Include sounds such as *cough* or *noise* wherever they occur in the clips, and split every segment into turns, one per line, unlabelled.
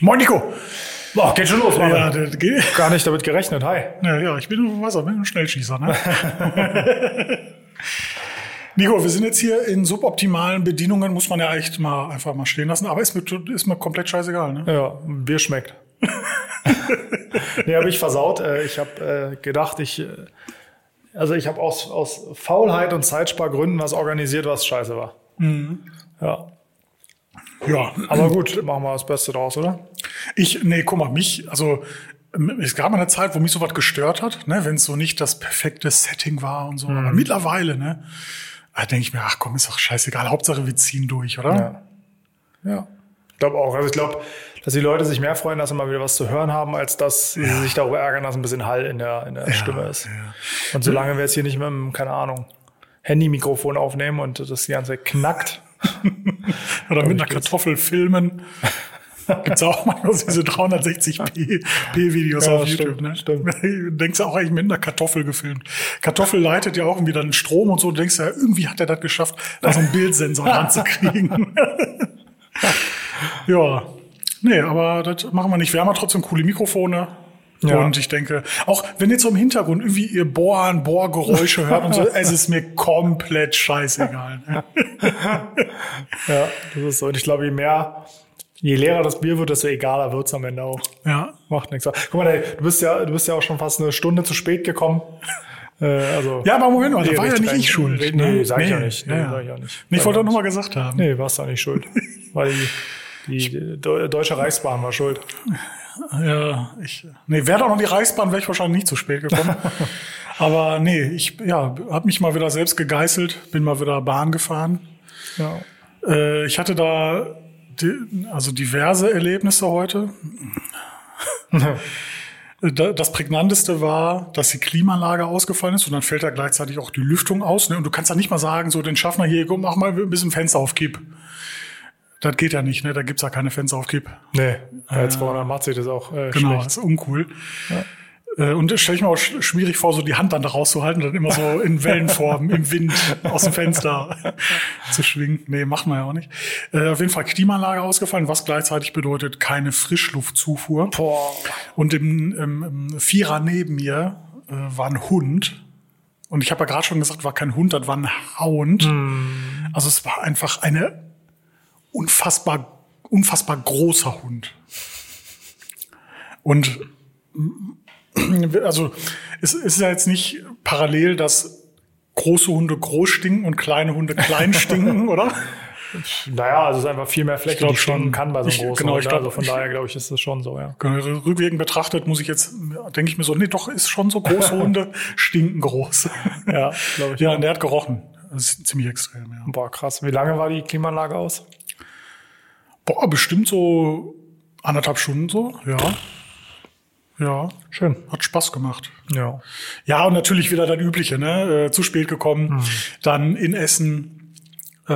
Moin Nico! Boah, geht schon los, Mann.
Ja, das geht.
Gar nicht damit gerechnet, hi.
Ja, ja, ich bin im Wasser, ne? ein Schnellschießer. *laughs* Ne? Nico, wir sind jetzt hier in suboptimalen Bedienungen, muss man ja echt mal einfach mal stehen lassen. Aber ist mir, ist mir komplett scheißegal. Ne?
Ja, Bier *laughs* schmeckt. nee, habe ich versaut. Äh, Ich habe gedacht, ich. äh, Also, ich habe aus, aus Faulheit und Zeitspargründen was organisiert, was scheiße war. Mhm. Ja.
Ja,
Aber gut, machen wir das Beste draus, oder?
Ich, nee, guck mal, mich, also ähm, es gab mal eine Zeit, wo mich sowas gestört hat, ne, wenn es so nicht das perfekte Setting war und so. Aber mittlerweile, ne, da denke ich mir, ach komm, ist doch scheißegal, Hauptsache wir ziehen durch, oder?
Ja. Ja. Ich glaube auch. Also, ich glaube, dass die Leute sich mehr freuen, dass sie mal wieder was zu hören haben, als dass sie sich darüber ärgern, dass ein bisschen Hall in der, in der Stimme ist. Und solange wir jetzt hier nicht mit einem, keine Ahnung, Handy-Mikrofon aufnehmen und das die ganze Zeit knackt. Äh,
Oder mit einer
*laughs*
Kartoffel filmen. Gibt's auch manchmal so diese 360p P-Videos
Ja,
auf
stimmt,
YouTube, ne?
stimmt.
Du *laughs* denkst ja auch eigentlich mit einer Kartoffel gefilmt. Kartoffel leitet ja auch wieder einen Strom und so. Du denkst ja, irgendwie hat er das geschafft, da so einen
*laughs*
Bildsensor ranzukriegen. *laughs* ja. Nee, aber das machen wir nicht. Wir haben ja trotzdem coole Mikrofone.
Ja.
Und ich denke, auch wenn jetzt so im Hintergrund irgendwie ihr Bohren, Bohrgeräusche
*laughs*
hört und so, es ist mir komplett scheißegal. Ne?
*laughs* Ja, das ist so. Und ich glaube, je mehr, je leerer das Bier wird, desto egaler wird's am Ende auch.
Ja.
Macht nichts. Guck mal, ey, du bist ja, du bist ja auch schon fast eine Stunde zu spät *laughs* gekommen. Äh, also,
Ja, aber Moment mal, da
Nee,
war ja
richtig
nicht ich
rein.
schuld.
Nee,
ne?
sag ich ja nicht. Nee,
ja.
sag ich ja nicht.
Nee, Ich
Sag
wollte
ich
doch nochmal gesagt haben.
nee, warst du nicht schuld. War die, die, die Deu- Deutsche Reichsbahn war schuld.
Ja, ich, nee, wäre doch noch die Reichsbahn, wäre ich wahrscheinlich nicht zu spät
*laughs*
gekommen. aber nee, ich ja, habe mich mal wieder selbst gegeißelt, bin mal wieder Bahn gefahren.
Ja.
Äh, ich hatte da di also diverse Erlebnisse heute. Da- Das prägnanteste war, dass die Klimaanlage ausgefallen ist und dann fällt da gleichzeitig auch die Lüftung aus. Ne? Und du kannst da nicht mal sagen, so den Schaffner hier, komm, mach mal ein bisschen Fenster auf Kipp. Das geht ja nicht, ne? da gibt's ja keine Fenster auf Kipp.
Nee, als Warner macht sich das auch äh,
Äh, Genau,
schlecht.
ist uncool. Äh, Und stelle ich mir auch sch- schwierig vor, so die Hand dann da rauszuhalten, dann immer so in Wellenform im Wind aus dem Fenster zu schwingen. Nee, machen wir ja auch nicht. Äh, Auf jeden Fall Klimaanlage ausgefallen, was gleichzeitig bedeutet keine Frischluftzufuhr.
Boah.
Und im, im, im Vierer neben mir äh, war ein Hund. Und ich habe ja gerade schon gesagt, war kein Hund, das war ein Hound. Also es war einfach eine unfassbar, unfassbar großer Hund. Und mm, also es ist ja jetzt nicht parallel, dass große Hunde groß stinken und kleine Hunde klein stinken, oder?
Naja, also es ist einfach viel mehr Fläche,
glaub
die stinken
schon.
kann bei so
Ich-
einem großen
genau,
Hund,
ich glaub-
Also von
ich-
daher glaube ich, ist das schon so, ja.
Äh, Rückwirkend betrachtet muss ich jetzt, denke ich mir so, nee, doch, ist schon
*laughs*
so, große Hunde stinken groß.
Ja, glaube ich.
Ja, und der hat gerochen. Das ist ziemlich extrem, ja.
Boah, krass. Wie lange war die Klimaanlage aus?
Boah, bestimmt so anderthalb Stunden so, ja. Ja,
Schön.
hat Spaß gemacht.
Ja.
Ja, und natürlich wieder das Übliche, ne? Äh, zu spät gekommen,
Mhm.
dann in Essen, äh,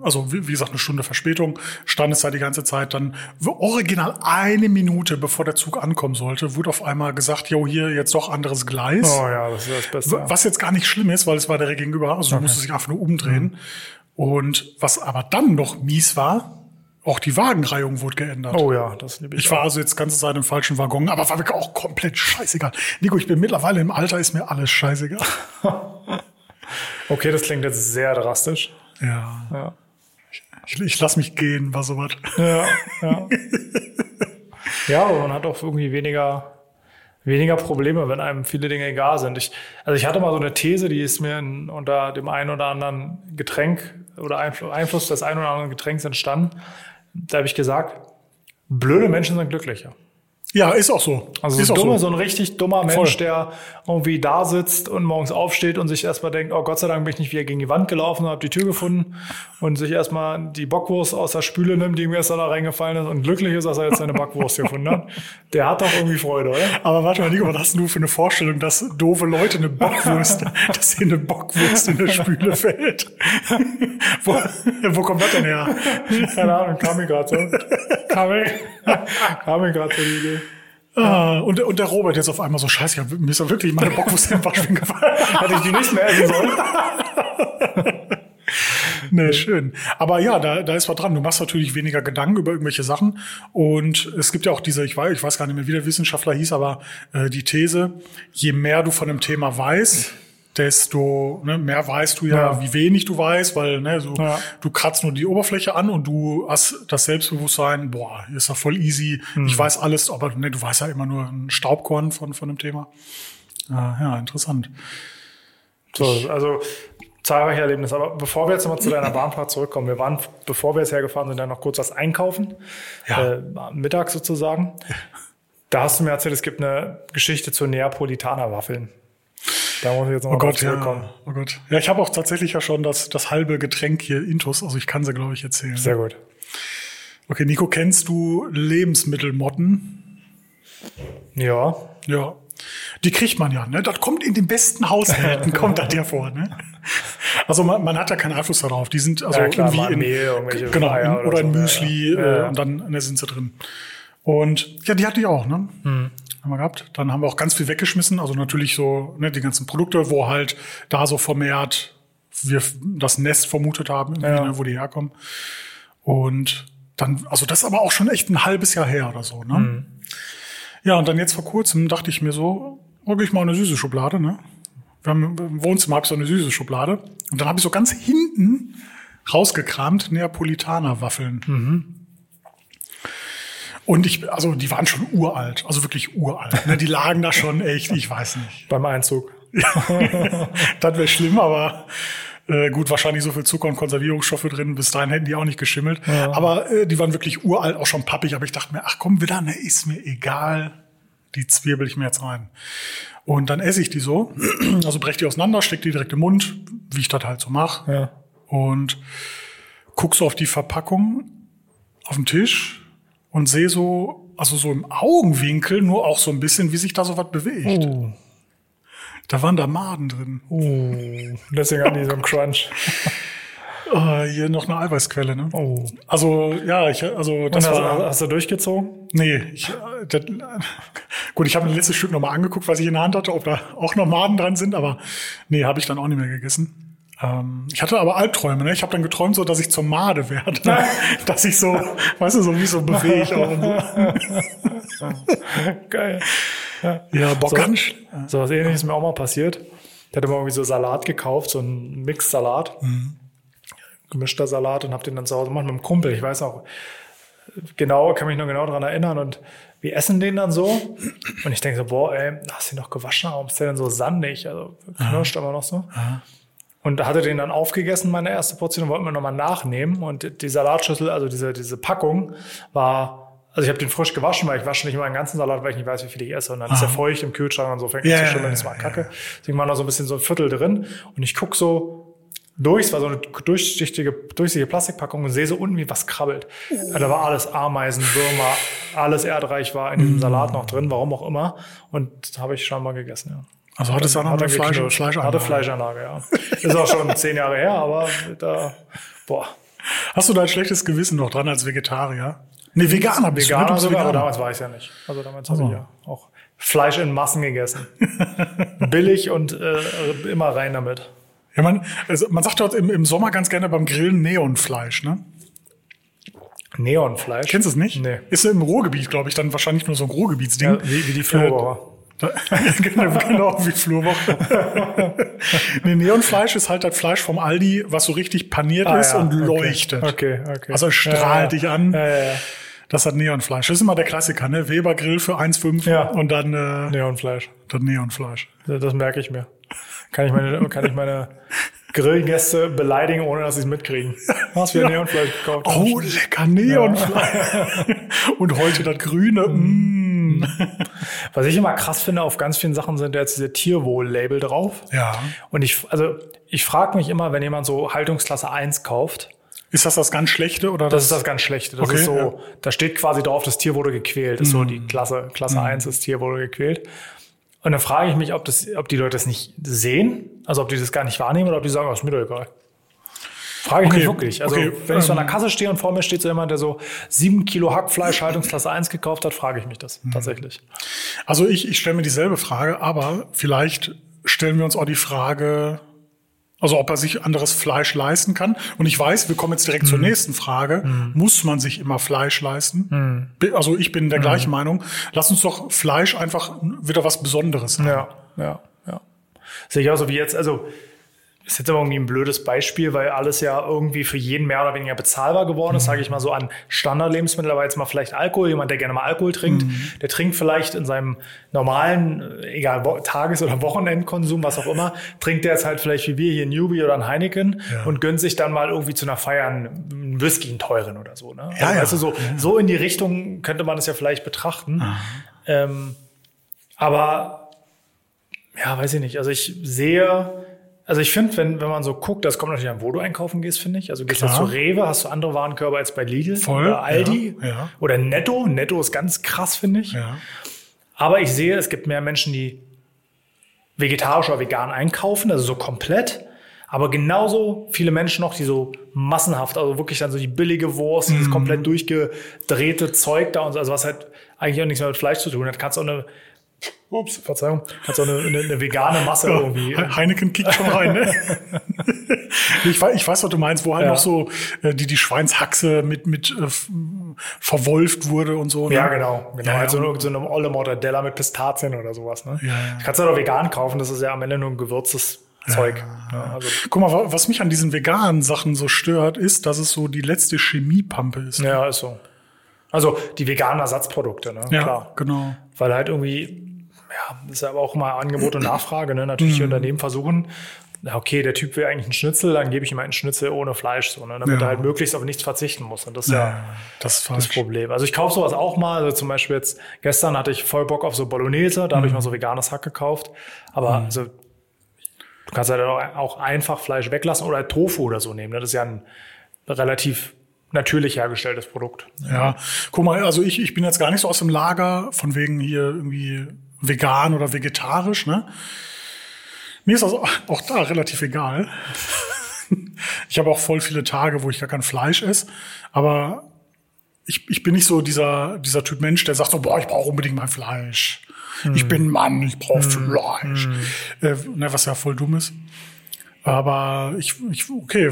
also wie, wie gesagt, eine Stunde Verspätung, stand es da die ganze Zeit, dann original eine Minute, bevor der Zug ankommen sollte, wurde auf einmal gesagt, jo, hier jetzt doch anderes Gleis.
Oh ja, das ist das Beste.
W- Was jetzt gar nicht schlimm ist, weil es war direkt gegenüber, also du musstest dich einfach nur
Mhm.
umdrehen. Und was aber dann noch mies war, auch die Wagenreihung wurde geändert.
Oh ja, das liebe ich.
Ich war also jetzt ganze Zeit im falschen Waggon, aber war mir auch komplett scheißegal. Nico, ich bin mittlerweile im Alter, ist mir alles scheißegal.
Okay, das klingt jetzt sehr drastisch.
Ja.
Ja.
Ich, ich lass mich gehen, war sowas.
Ja, ja. *laughs* ja, aber man hat auch irgendwie weniger, weniger Probleme, wenn einem viele Dinge egal sind. Ich, also ich hatte mal so eine These, die ist mir in, unter dem einen oder anderen Getränk oder Einfl Einfluss des einen oder anderen Getränks entstanden. Da habe ich gesagt, blöde Menschen sind glücklicher.
Ja, ist auch so.
Also
ist
so,
auch
ein dummer,
so.
so ein richtig dummer Mensch,
Voll.
der irgendwie da sitzt und morgens aufsteht und sich erstmal denkt, oh Gott sei Dank bin ich nicht wieder gegen die Wand gelaufen und habe die Tür gefunden und sich erstmal die Bockwurst aus der Spüle nimmt, die ihm gestern da reingefallen ist und glücklich ist, dass er jetzt seine Bockwurst *laughs* gefunden hat. Der hat doch irgendwie Freude, oder?
Aber warte mal, Nico, was hast denn du für eine Vorstellung, dass doofe Leute
*laughs*
eine Bockwurst, dass ihnen eine Bockwurst in der Spüle fällt? wo, wo kommt das denn her?
Keine Ahnung, kam mir
*laughs*
gerade so. Kam mir, *laughs* kam mir gerade so die Idee.
Ah, und, und der Robert jetzt auf einmal so, scheiße, ich hab- mir ist ja wirklich
*laughs*
meine Bockwurst im Waschbecken gefallen.
Hätte ich die nicht mehr essen sollen. *laughs*
nee, schön. Aber ja, da, da ist was dran. Du machst natürlich weniger Gedanken über irgendwelche Sachen. Und es gibt ja auch diese, ich weiß, ich weiß gar nicht mehr, wie der Wissenschaftler hieß, aber äh, die These, je mehr du von einem Thema weißt, desto ne, mehr weißt du ja,
Ja.
wie wenig du weißt, weil ne, so,
Ja.
du kratzt nur die Oberfläche an und du hast das Selbstbewusstsein, boah, ist ja voll easy,
Hm.
ich weiß alles, aber ne, du weißt ja immer nur ein Staubkorn von, von einem Thema. Ah, ja, interessant.
So, also zahlreiche Erlebnisse. Aber bevor wir jetzt nochmal zu deiner Bahnfahrt zurückkommen, wir waren, bevor wir jetzt hergefahren sind, dann noch kurz was einkaufen,
Ja.
äh, mittags
*laughs*
sozusagen. Da hast du mir erzählt, es gibt eine Geschichte zu Neapolitaner-Waffeln. Da muss ich jetzt
Oh
nochmal oh
Gott,
zurückkommen.
ja. Oh Gott. Ja, ich habe auch tatsächlich ja schon das, das halbe Getränk hier Intus, also ich kann sie, glaube ich, erzählen.
Sehr gut.
Okay, Nico, kennst du Lebensmittelmotten?
Ja,
Ja. Die kriegt man ja, ne? Das kommt in den
*laughs*
besten Haushalten, kommt das ja vor, ne? Also man, man hat ja keinen Einfluss darauf. Die sind also
Ja, klar, mal
irgendwie in,
Mehl, irgendwelche
genau, in,
Eier
oder,
oder
in
so, ja,
Müsli
ja. Ja, ja.
Äh, und dann ne, sind sie drin. Und ja, die hatte ich auch, ne?
Hm.
Haben wir gehabt. Dann haben wir auch ganz viel weggeschmissen. Also natürlich so ne, die ganzen Produkte, wo halt da so vermehrt wir f- das Nest vermutet haben, irgendwie,
Ja.
ne, wo die herkommen. Und dann, also das ist aber auch schon echt ein halbes Jahr her oder so, ne?
Hm.
Ja, und dann jetzt vor kurzem dachte ich mir so, oh, geh ich mal in eine süße Schublade, ne? Wir haben im Wohnzimmer hab ich so eine süße Schublade. Und dann habe ich so ganz hinten rausgekramt Neapolitaner-Waffeln. Und ich, also die waren schon uralt, also wirklich uralt. Ne? Die lagen da schon echt, ich weiß nicht.
beim Einzug.
das wäre schlimm, aber äh, gut, wahrscheinlich so viel Zucker und Konservierungsstoffe drin. Bis dahin hätten die auch nicht geschimmelt. Aber äh, die waren wirklich uralt, auch schon pappig. Aber ich dachte mir, ach komm, wieder, ne, ist mir egal. Die zwirbel ich mir jetzt rein. Und dann esse ich die so. *clears throat* Also brech die auseinander, steck die direkt im Mund, wie ich das halt so mache
Ja.
und guck so auf die Verpackung auf dem Tisch und sehe so, also so im Augenwinkel nur auch so ein bisschen, wie sich da so was bewegt.
Uh,
Da waren da Maden drin.
uh. Deswegen hatten die so einen Crunch.
Ah, hier noch eine Eiweißquelle, ne?
Oh.
Also, ja, ich, also
Und
das
hast,
war.
hast du durchgezogen?
Nee, ich, äh, das, *laughs* gut, ich habe ein letztes Stück nochmal angeguckt, was ich in der Hand hatte, ob da auch noch Maden dran sind, aber nee, habe ich dann auch nicht mehr gegessen. Ähm, ich hatte aber Albträume, ne? Ich habe dann geträumt, so dass ich zur Made werde. *laughs* dass ich so, weißt du, so wie
*laughs*
so bewegt. auch und so.
Geil.
Ja, Bock
So,
ganz sch-
so was ähnliches ist mir auch mal passiert. Ich hatte mal irgendwie so Salat gekauft, so einen Mix-Salat. Gemischter Salat und habe den dann zu Hause gemacht mit einem Kumpel. Ich weiß auch genau, kann mich noch genau daran erinnern. Und wir essen den dann so. Und ich denke so, boah, ey, hast du den noch gewaschen? Warum ist der denn so sandig? Also knirscht aber noch so. Und hatte den dann aufgegessen, meine erste Portion, und wollten wir nochmal nachnehmen. Und die Salatschüssel, also diese, diese Packung, war, also ich habe den frisch gewaschen, weil ich wasche nicht immer den ganzen Salat, weil ich nicht weiß, wie viel ich esse. Und dann ist er feucht im Kühlschrank und so fängt
Ja,
an
ja,
zu schimmeln,
ja,
das war
ja,
kacke. Deswegen war noch so ein bisschen so ein Viertel drin. Und ich guck so durch, es war so eine durchsichtige, durchsichtige Plastikpackung und sehe so unten, wie was krabbelt.
Oh.
Da war alles Ameisen, Würmer, alles erdreich war in diesem
Mm.
Salat noch drin, warum auch immer. Und habe ich schon mal gegessen, ja.
Also hattest du auch noch eine
er
Fleisch,
geknurrt.
Fleischanlage.
Hatte Fleischanlage, ja. Ist auch schon zehn Jahre her, aber da, boah.
Hast du da ein schlechtes Gewissen noch dran als Vegetarier? Nee, Veganer bist du, ne? Du
Veganer
bist Oh.
sogar, aber
Veganer.
damals war ich ja nicht. Also damals habe ich ja auch Fleisch in Massen
*laughs*
gegessen. Billig und äh, immer rein damit.
Ja, man, also man sagt dort im, im Sommer ganz gerne beim Grillen Neonfleisch, ne?
Neonfleisch.
Kennst du es nicht?
Nee.
Ist ja im Ruhrgebiet, glaube ich, dann wahrscheinlich nur so ein Ruhrgebietsding. Äh,
Ja, wie, wie die Flohbauer.
Da- *laughs* genau, genau, wie Flurwoche. *laughs* nee, Neonfleisch ist halt das Fleisch vom Aldi, was so richtig paniert ist und leuchtet.
Ah, Okay, okay.
Also es strahlt
ja,
dich an.
Ja, ja, ja.
Das hat Neonfleisch. Das ist immer der Klassiker, ne? Webergrill für 1,5
Ja.
und dann äh,
Neonfleisch.
das Neonfleisch.
Das, das merke ich mir. Kann ich meine, kann ich
*laughs*
meine Grillgäste beleidigen, ohne dass sie es mitkriegen. Hast du wieder
Ja.
Neonfleisch gekauft?
Oh, lecker Neonfleisch. *laughs* und heute das Grüne.
Mhm.
Mm.
Was ich immer krass finde, auf ganz vielen Sachen sind ja jetzt diese Tierwohl-Label drauf.
Ja.
Und ich, also ich frage mich immer, wenn jemand so Haltungsklasse 1 kauft,
Ist das das ganz Schlechte oder
das ist das ganz Schlechte. Das
Okay,
ist so,
ja. Mhm.
da steht quasi drauf, das Tier wurde gequält. Ist so die Klasse, Klasse 1, das Tier wurde gequält. Und dann frage ich mich, ob, das, ob die Leute das nicht sehen, also ob die das gar nicht wahrnehmen oder ob die sagen, oh, ist mir doch egal. Frage ich
Okay,
mich wirklich. Also
okay,
wenn ich so an der
ähm.
Kasse stehe und vor mir steht so jemand, der so sieben Kilo Hackfleisch Haltungsklasse 1 gekauft hat, frage ich mich das
Mhm.
tatsächlich.
Also ich, ich stelle mir dieselbe Frage, aber vielleicht stellen wir uns auch die Frage, Also ob er sich anderes Fleisch leisten kann. Und ich weiß, wir kommen jetzt direkt
Mhm.
zur nächsten Frage. Muss man sich immer Fleisch
Mhm.
leisten? Bi- Also ich bin der gleichen Meinung. Lass uns doch Fleisch einfach wieder was Besonderes haben.
Ja, ja, ja. Sehe ich auch so wie jetzt, also ist jetzt aber irgendwie ein blödes Beispiel, weil alles ja irgendwie für jeden mehr oder weniger bezahlbar geworden
Mhm.
ist, sage ich mal so an Standardlebensmittel, aber jetzt mal vielleicht Alkohol, jemand, der gerne mal Alkohol trinkt,
Mhm.
der trinkt vielleicht in seinem normalen, äh, egal, Wo- Tages- oder Wochenendkonsum, was auch immer, trinkt der jetzt halt vielleicht wie wir hier ein Newbie oder ein Heineken und gönnt sich dann mal irgendwie zu einer Feier einen einen Whisky, einen teuren oder so. Ne?
Ja, ja.
Also, weißt du, so, so in die Richtung könnte man es ja vielleicht betrachten. Ähm, aber ja, weiß ich nicht. Also ich sehe, also ich finde, wenn, wenn man so guckt, das kommt natürlich an, wo du einkaufen gehst, finde ich. Also gehst du jetzt zu
Klar.
Rewe, hast du andere Warenkörbe als bei Lidl
Voll,
oder Aldi
ja, ja.
oder Netto. Netto ist ganz krass, finde ich.
Ja.
Aber ich sehe, es gibt mehr Menschen, die vegetarisch oder vegan einkaufen, also so komplett. Aber genauso viele Menschen noch, die so massenhaft, also wirklich dann so die billige Wurst,
Mhm.
dieses komplett durchgedrehte Zeug da und so, also was halt eigentlich auch nichts mehr mit Fleisch zu tun hat. Kannst auch eine, ups, Verzeihung, kannst auch eine, eine, eine vegane
*laughs*
Masse irgendwie.
Oh,
äh,
He- Heineken kickt schon
*laughs*
rein, ne? ich, weiß, ich weiß, was du meinst, wo halt
Ja.
noch so äh, die, die Schweinshaxe mit, mit äh, f- verwolft wurde und so. ne?
Ja, genau. genau.
Ja, ja.
Also irgend so eine olle Mortadella mit Pistazien oder sowas. Ne?
Ja, ja.
Kannst du halt auch vegan kaufen, das ist ja am Ende nur ein gewürztes Zeug. Ne? Also,
Guck mal, wa- was mich an diesen veganen Sachen so stört, ist, dass es so die letzte Chemiepampe ist.
ja, ist so. Also die veganen Ersatzprodukte, ne?
Ja,
Klar.
genau.
Weil halt irgendwie, ja, das ist ja aber auch mal Angebot und Nachfrage, ne? Natürlich
Mhm.
die Unternehmen versuchen, na, okay, der Typ will eigentlich einen Schnitzel, dann gebe ich ihm halt einen Schnitzel ohne Fleisch, so, ne? damit
Ja.
er halt möglichst auf nichts verzichten muss. Und das ist ja
das ist
das
falsch.
Problem. Also ich kaufe sowas auch mal. Also zum Beispiel jetzt, gestern hatte ich voll Bock auf so Bolognese, da habe
Mhm.
ich mal so veganes Hack gekauft. Aber also, du kannst halt auch- auch einfach Fleisch weglassen oder halt Tofu oder so nehmen. ne? Das ist ja ein relativ natürlich hergestelltes Produkt.
Ja, guck mal, also ich, ich bin jetzt gar nicht so aus dem Lager, von wegen hier irgendwie vegan oder vegetarisch, ne? Mir ist das auch auch da relativ egal. Ich habe auch voll viele Tage, wo ich gar kein Fleisch esse, aber ich, ich bin nicht so dieser, dieser Typ Mensch, der sagt so, boah, ich brauche unbedingt mein Fleisch. Ich bin Mann, ich brauche Fleisch. Äh, ne, was ja voll dumm ist. Aber ich, ich, okay,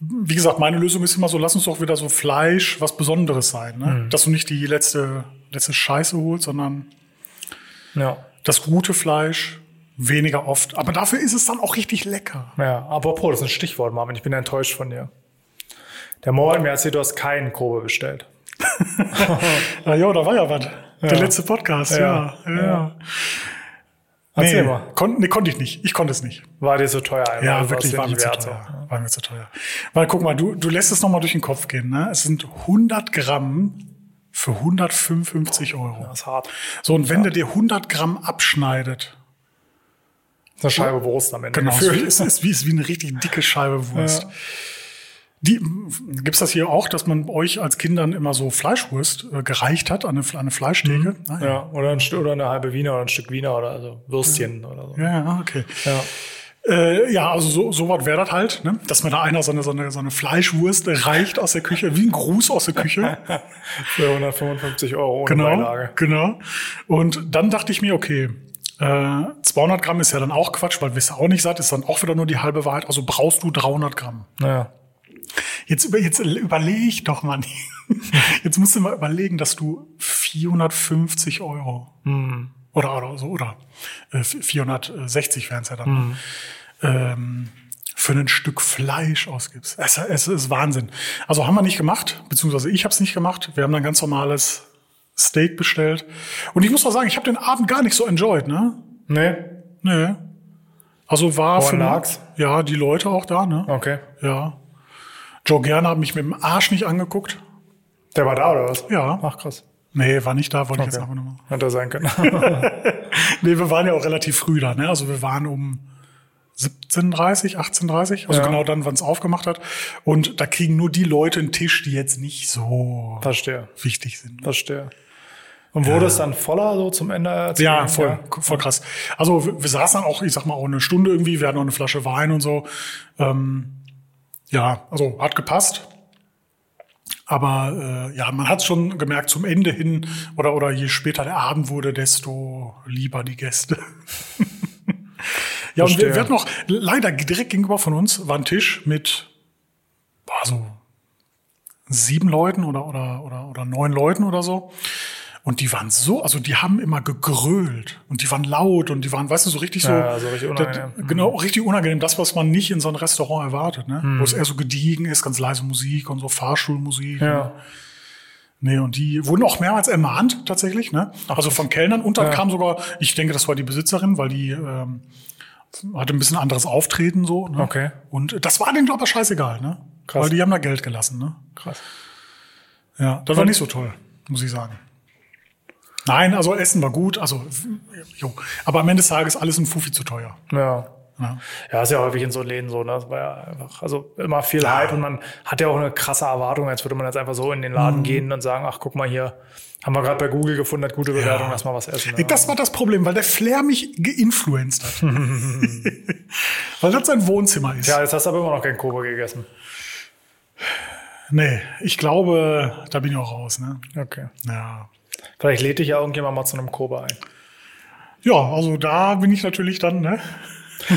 wie gesagt, meine Lösung ist immer so, lass uns doch wieder so Fleisch was Besonderes sein. Ne? Dass du nicht die letzte, letzte Scheiße holst, sondern
Ja.
das gute Fleisch weniger oft. Aber dafür ist es dann auch richtig lecker.
Ja, apropos, das ist ein Stichwort, Marvin. Ich bin enttäuscht von dir. Der Mo hat mir erzählt, du hast keinen Kobe bestellt.
Ah, ja, da war ja was. Der letzte Podcast, ja. ja,
Erzähl
Nee,
mal.
Kon nee, konnte ich nicht. Ich konnte es nicht.
War dir so teuer? einfach?
Ja,
War's
wirklich
dir
war mir,
nicht
zu
wert, so?
teuer. war mir zu teuer. Weil guck mal, du, du lässt es nochmal durch den Kopf gehen. Ne? Es sind 100 Gramm für 155 Euro.
Das ist hart.
So, und wenn der dir 100 Gramm abschneidet,
Das ist eine Scheibe Wurst am Ende.
Genau, es
gefühlt.
ist, ist, wie, ist wie eine richtig dicke Scheibe Wurst. Die, gibt's das hier auch, dass man euch als Kindern immer so Fleischwurst äh, gereicht hat an eine, Fle- an eine Fleischtheke? Ah,
Ja, oder, ein, St- oder eine halbe Wiener oder ein Stück Wiener oder also Würstchen oder so.
Ja, ja, okay.
Ja.
Äh, ja, also so, so was wäre das halt, ne? dass mir da einer so eine, so, eine, so eine Fleischwurst reicht aus der Küche, wie ein Gruß aus der Küche.
Für 155 Euro ohne
genau,
Beilage.
genau. Und dann dachte ich mir, okay, äh, 200 Gramm ist ja dann auch Quatsch, weil wirst du auch nicht satt, ist dann auch wieder nur die halbe Wahrheit. Also brauchst du 300 Gramm.
Ja.
Jetzt, über, jetzt überleg doch mal. *laughs* Jetzt musst du mal überlegen, dass du 450 Euro
Hm.
oder, oder so, oder äh, 460 wären es ja dann,
Hm.
ähm, für ein Stück Fleisch ausgibst. Es, es ist Wahnsinn. Also haben wir nicht gemacht, beziehungsweise ich habe es nicht gemacht. Wir haben dann ganz normales Steak bestellt. Und ich muss mal sagen, ich habe den Abend gar nicht so enjoyed, ne?
Nee?
Nee. Also war
Woran lag's?
ja die Leute auch da, ne?
Okay.
Ja. Joe Gerner hat mich mit dem Arsch nicht angeguckt.
Der war da oder was?
Ja.
Ach krass.
Nee, war nicht da, wollte ich jetzt
Okay.
einfach nochmal.
Hätte er sein können. *laughs*
Nee, wir waren ja auch relativ früh da, ne? Also wir waren um 17.30, 18.30, also
Ja.
genau dann, wann es aufgemacht hat. Und da kriegen nur die Leute einen Tisch, die jetzt nicht so
Verstehe.
wichtig sind.
Verstehe. Und wurde es dann voller so zum Ende? Zum
Ja,
Ende?
voll, voll krass. Also wir, wir saßen dann auch, ich sag mal, auch eine Stunde irgendwie, wir hatten auch eine Flasche Wein und so. Ähm, ja, also hat gepasst. Aber äh, ja, man hat schon gemerkt, zum Ende hin oder, oder je später der Abend wurde, desto lieber die Gäste. *laughs* Ja, und wir, wir hatten noch, leider direkt gegenüber von uns war ein Tisch mit, boah, so sieben Leuten oder, oder, oder, oder neun Leuten oder so. Und die waren so, also die haben immer gegrölt und die waren laut und die waren, weißt du, so richtig so.
Ja, so richtig unangenehm. Mhm.
Das, genau, richtig unangenehm. Das, was man nicht in so einem Restaurant erwartet, ne?
Mhm.
Wo es eher so gediegen ist, ganz leise Musik und so Fahrschulmusik.
Ja.
Nee, und die wurden auch mehrmals ermahnt, tatsächlich, ne? Also von Kellnern. Und dann
Ja.
kam sogar, ich denke, das war die Besitzerin, weil die ähm, hatte ein bisschen anderes Auftreten so. Ne?
Okay.
Und das war denen, glaube ich, scheißegal, ne?
Krass.
Weil die haben da Geld gelassen, ne?
Krass.
Ja, das war nicht so toll, muss ich sagen. Nein, also Essen war gut, also jo. Aber am Ende des Tages alles ein Fufi zu teuer.
Ja.
Ja.
Ja, ist ja häufig in so Läden so, ne? Das war ja einfach, also immer viel Hype und man hat ja auch eine krasse Erwartung, als würde man jetzt einfach so in den Laden gehen und sagen, ach guck mal hier, haben wir gerade bei Google gefunden, hat gute Bewertung, lass mal was essen. ne?
Ey, Das war das Problem, weil der Flair mich geinfluenced *laughs* hat. weil das sein Wohnzimmer ist.
ja, jetzt hast du aber immer noch kein Kobe gegessen.
Nee, ich glaube, da bin ich auch raus, ne?
Okay.
Ja.
Vielleicht lädt dich ja irgendjemand mal zu einem Kobe ein.
Ja, also da bin ich natürlich dann, ne?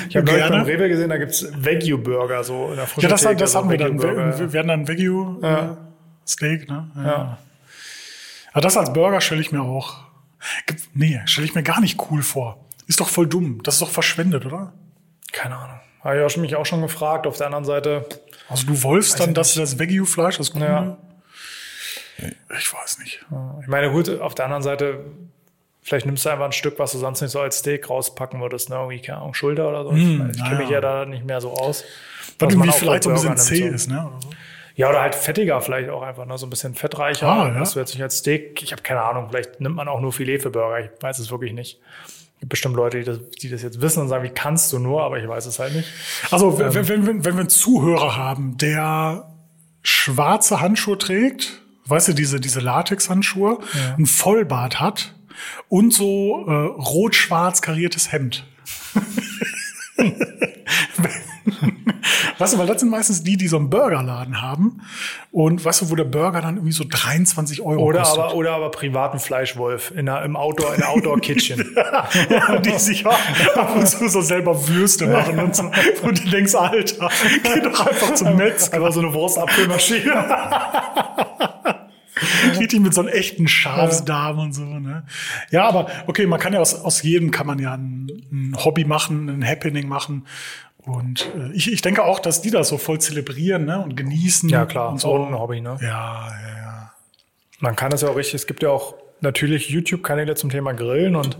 Ich habe neulich
Gerne.
beim Rewe gesehen, da gibt's Veggie-Burger so in der
Ja, das,
Frühstück.
das haben wir dann.
Burger.
Wir werden dann Wagyu äh, Steak, ne? Ja. Aber das als Burger stelle ich mir auch. Gibt- Nee, stelle ich mir gar nicht cool vor. Ist doch voll dumm. Das ist doch verschwendet, oder?
Keine Ahnung. Habe ich auch schon- mich auch schon gefragt. Auf der anderen Seite,
Also du wolltest dann das, das Wagyu-Fleisch, das Grüne.
Ja.
Ich weiß nicht.
ich meine, gut, auf der anderen Seite, vielleicht nimmst du einfach ein Stück, was du sonst nicht so als Steak rauspacken würdest. Ne? Irgendwie, keine Ahnung, Schulter oder so. ich
na
kenne mich
ja.
ja da nicht mehr so aus.
Weil
Was man
irgendwie
auch
vielleicht so ein
bei
bisschen
Burgern
zäh
nimmt,
ist, ne? Oder so.
so. Ja, oder halt fettiger vielleicht auch einfach, ne? so ein bisschen fettreicher.
Ah, ja.
Dass du jetzt nicht als Steak, ich habe keine Ahnung, vielleicht nimmt man auch nur Filet für Burger. Ich weiß es wirklich nicht. Es gibt bestimmt Leute, die das, die das jetzt wissen und sagen, wie kannst du nur, aber ich weiß es halt nicht.
Also, wenn, wenn, wenn, wenn wir einen Zuhörer haben, der schwarze Handschuhe trägt, weißt du, diese, diese Latex-Handschuhe, ein Vollbart hat und so äh, rot-schwarz kariertes Hemd. weißt du, weil das sind meistens die, die so einen Burgerladen haben und weißt du, wo der Burger dann irgendwie so 23 Euro
Oder
Oh, kostet.
aber, oder aber privaten Fleischwolf in einer, im Outdoor, in der
*laughs*
Outdoor-Kitchen.
die sich ab und zu so selber Würste machen und so. Und du denkst, Alter, geh doch einfach zum Metzger.
Einfach so eine Wurstabfüllmaschine.
Richtig mit so einem echten Schafsdarm und so, ne? Ja, aber okay, man kann ja aus, aus jedem kann man ja ein, ein Hobby machen, ein Happening machen. Und äh, ich, ich denke auch, dass die das so voll zelebrieren ne? und genießen.
Ja, klar,
Und
ist
so.
auch ein Hobby, ne?
Ja, ja, ja.
Man kann das ja auch richtig, es gibt ja auch natürlich YouTube-Kanäle zum Thema Grillen und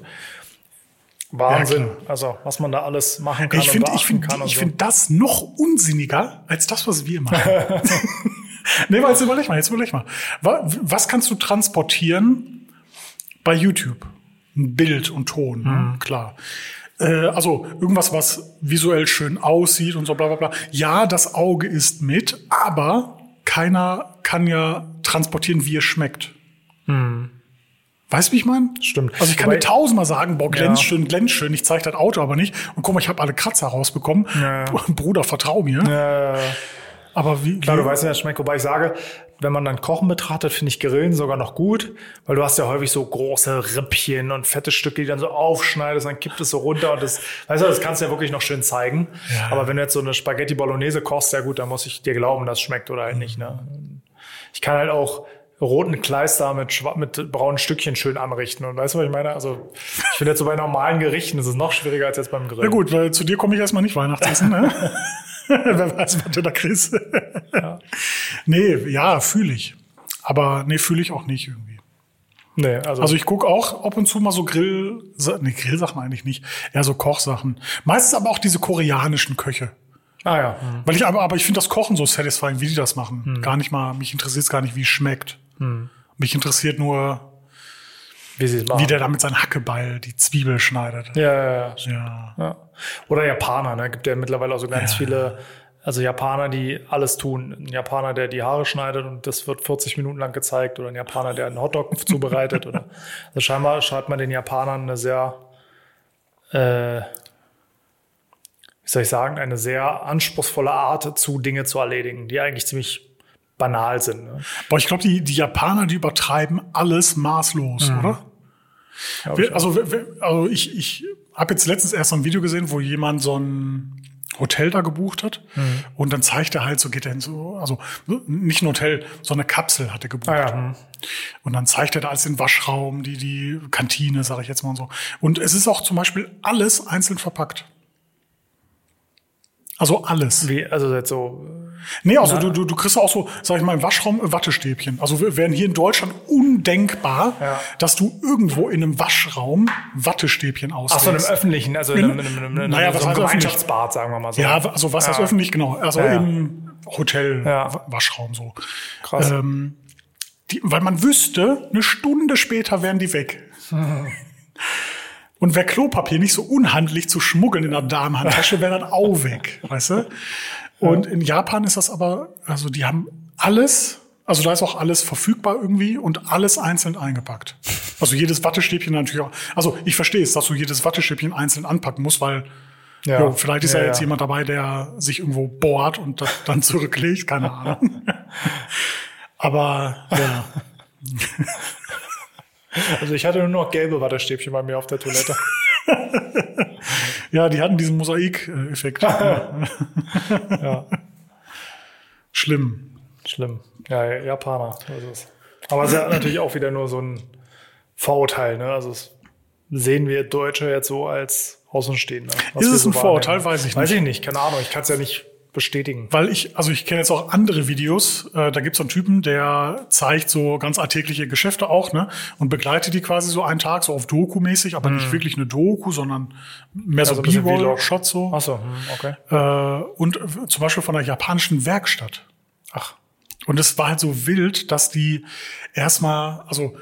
Wahnsinn.
Ja,
also, was man da alles machen kann
Ich
und
finde
beachten
ich find,
kann und
ich
so.
find das noch unsinniger als das, was
*laughs*
wir machen. *laughs* nee, aber jetzt überleg mal, jetzt überleg mal. Wa- Was kannst du transportieren bei YouTube? Ein Bild und Ton, ne?
Mhm.
klar. Äh, also irgendwas, was visuell schön aussieht und so bla bla bla. Ja, das Auge ist mit, aber keiner kann ja transportieren, wie es schmeckt. Weißt du, wie ich meine?
Mhm. Stimmt.
Also ich kann
Wobei-
dir tausendmal sagen, boah, glänzt
Ja.
schön, glänzt schön, ich zeige das Auto aber nicht. Und guck mal, ich habe alle Kratzer rausbekommen.
Ja.
Bruder, vertrau mir.
Äh,
Aber wie,
klar,
wie
du weißt, wie das schmeckt. Wobei ich sage, wenn man dann Kochen betrachtet, finde ich Grillen sogar noch gut, weil du hast ja häufig so große Rippchen und fette Stücke, die dann so aufschneidest, dann kippt es so runter und das, weißt du, das kannst du ja wirklich noch schön zeigen. Aber wenn du jetzt so eine Spaghetti Bolognese kochst, ja gut, dann muss ich dir glauben, das schmeckt oder halt nicht, ne? Ich kann halt auch roten Kleister mit, schwa- mit braunen Stückchen schön anrichten. Und weißt du, was ich meine? Also, ich finde jetzt so bei normalen Gerichten ist es noch schwieriger als jetzt beim Grillen.
Na gut, weil zu dir komme ich erstmal nicht Weihnachtsessen. Ne? Wer weiß, was du da kriegst. Nee, ja, fühle ich. Aber nee, fühle ich auch nicht irgendwie.
Nee, also,
Also ich gucke auch ab und zu mal so Grill, nee, Grillsachen eigentlich nicht, eher so Kochsachen. Meistens aber auch diese koreanischen Köche.
ah ja.
Weil ich aber, aber ich finde das Kochen so satisfying, wie die das machen. Gar nicht mal, mich interessiert es gar nicht, wie es schmeckt. Mich interessiert nur,
Wie sie es machen.
wie der da mit seinem Hackebeil die Zwiebel schneidet.
ja, ja, ja.
Ja.
Ja. Oder Japaner, ne? Gibt ja mittlerweile auch so ganz viele, also Japaner, die alles tun. Ein Japaner, der die Haare schneidet und das wird 40 Minuten lang gezeigt, oder ein Japaner, der einen Hotdog *laughs* zubereitet. Oder. Also scheinbar schreibt man den Japanern eine sehr, äh, wie soll ich sagen, eine sehr anspruchsvolle Art zu, Dinge zu erledigen, die eigentlich ziemlich banal sind. Ne?
Boah, ich glaube, die, die Japaner, die übertreiben alles maßlos, oder?
Glaub ich
Wir, also, wir, wir, also ich, ich habe jetzt letztens erst so ein Video gesehen, wo jemand so ein Hotel da gebucht hat mhm. und dann zeigt er halt, so geht er hin, so, also nicht ein Hotel, so eine Kapsel hat er gebucht. Ah, ja.
Ähm,
mhm. Und dann zeigt er da alles den Waschraum, die, die Kantine, sage ich jetzt mal und so. Und es ist auch zum Beispiel alles einzeln verpackt. Also alles.
Wie, also jetzt so.
Nee, also du, du, du kriegst auch so, sag ich mal, im Waschraum Wattestäbchen. Also wir wären hier in Deutschland undenkbar, ja. dass du irgendwo in einem Waschraum Wattestäbchen auslässt. Ach
so, einem öffentlichen, also in, einem, in einem, in einem
naja,
so
was heißt
Gemeinschaftsbad, sagen wir mal so.
Ja, also was ja. heißt öffentlich, genau. Also ja, im Hotel, Waschraum so.
Krass.
Ähm, die, weil man wüsste, eine Stunde später wären die weg. Hm. Und wäre Klopapier nicht so unhandlich zu schmuggeln in der Damenhandtasche, wäre dann auch weg, weißt du? Und in Japan ist das aber, also die haben alles, also da ist auch alles verfügbar irgendwie und alles einzeln eingepackt. Also jedes Wattestäbchen natürlich auch. Also ich verstehe es, dass du jedes Wattestäbchen einzeln anpacken musst, weil ja, jo, vielleicht ist ja, ja jetzt ja. jemand dabei, der sich irgendwo bohrt und das dann zurücklegt, keine Ahnung. *laughs* aber ja.
Also ich hatte nur noch gelbe Wattestäbchen bei mir auf der Toilette.
ja, die hatten diesen Mosaik-Effekt. *laughs* ja. *laughs* Schlimm.
Schlimm. Ja, Japaner. Also Aber es hat natürlich auch wieder nur so ein Vorurteil. Ne? Also sehen wir Deutsche jetzt so als Außenstehende.
Ist es so ein Vorurteil? Weiß ich nicht.
Weiß ich nicht. Keine Ahnung. Ich kann es ja nicht bestätigen.
Weil ich, also ich kenne jetzt auch andere Videos, äh, da gibt's so einen Typen, der zeigt so ganz alltägliche Geschäfte auch, ne? Und begleitet die quasi so einen Tag, so auf Doku-mäßig, aber mm. nicht wirklich eine Doku, sondern mehr also so B-Roll-Shots so. hm,
Achso, okay.
Äh, und zum Beispiel von einer japanischen Werkstatt.
Ach.
Und es war halt so wild, dass die erstmal, also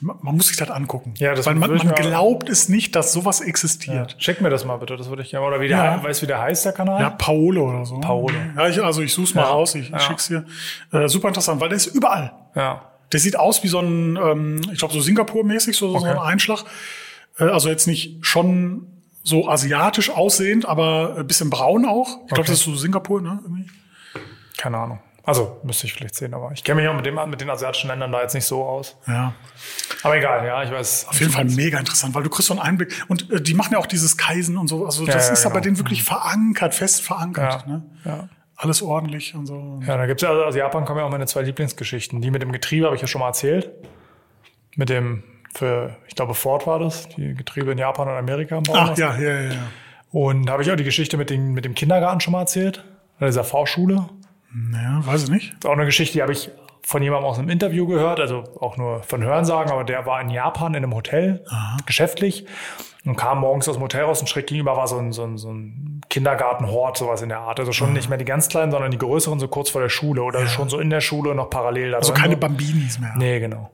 man muss sich das angucken.
Ja, das
Weil man, man glaubt es nicht, dass sowas existiert.
Ja. Check mir das mal bitte, das würde ich gerne. Oder wie der ja. weiß, wie der heißt, der Kanal?
Ja, Paolo oder so.
Paolo.
Ja, ich, also ich such's mal ja. raus, ich, ja. schick's dir. Äh, super interessant, weil der ist überall.
Ja.
Der sieht aus wie so ein, ähm, ich glaube, so Singapur-mäßig, so, okay. so ein Einschlag. Äh, also jetzt nicht schon so asiatisch aussehend, aber ein bisschen braun auch. Ich glaube, okay. das ist so Singapur, ne? Irgendwie.
Keine Ahnung. Also müsste ich vielleicht sehen, aber ich kenne mich auch mit, dem, mit den asiatischen Ländern da jetzt nicht so aus.
Ja.
Aber egal, ja, ich weiß.
Auf jeden Fall mega interessant, weil du kriegst so einen Einblick. Und äh, die machen ja auch dieses Kaisen und so. Also das ja, ja, ist ja genau. bei denen wirklich verankert, fest verankert.
Mhm. Ja.
Ne?
ja.
Alles ordentlich und so. Und
ja, da gibt's ja, also aus Japan kommen ja auch meine zwei Lieblingsgeschichten. Die mit dem Getriebe habe ich ja schon mal erzählt. Mit dem, für, ich glaube, Ford war das, die Getriebe in Japan und Amerika.
Ach, das. ja, ja, ja, ja.
Und habe ich auch die Geschichte mit dem, mit dem Kindergarten schon mal erzählt, an dieser Fahrschule.
Naja, weiß ich nicht.
Das ist auch eine Geschichte, die habe ich von jemandem aus einem Interview gehört, also auch nur von Hörensagen, aber der war in Japan in einem Hotel, Aha. geschäftlich, und kam morgens aus dem Hotel raus und schräg gegenüber war so ein, so ein, so ein Kindergartenhort, sowas in der Art. Also schon Aha. nicht mehr die ganz kleinen, sondern die größeren, so kurz vor der Schule oder ja. schon so in der Schule noch parallel
dazu. Also keine Bambinis mehr.
Nee, genau.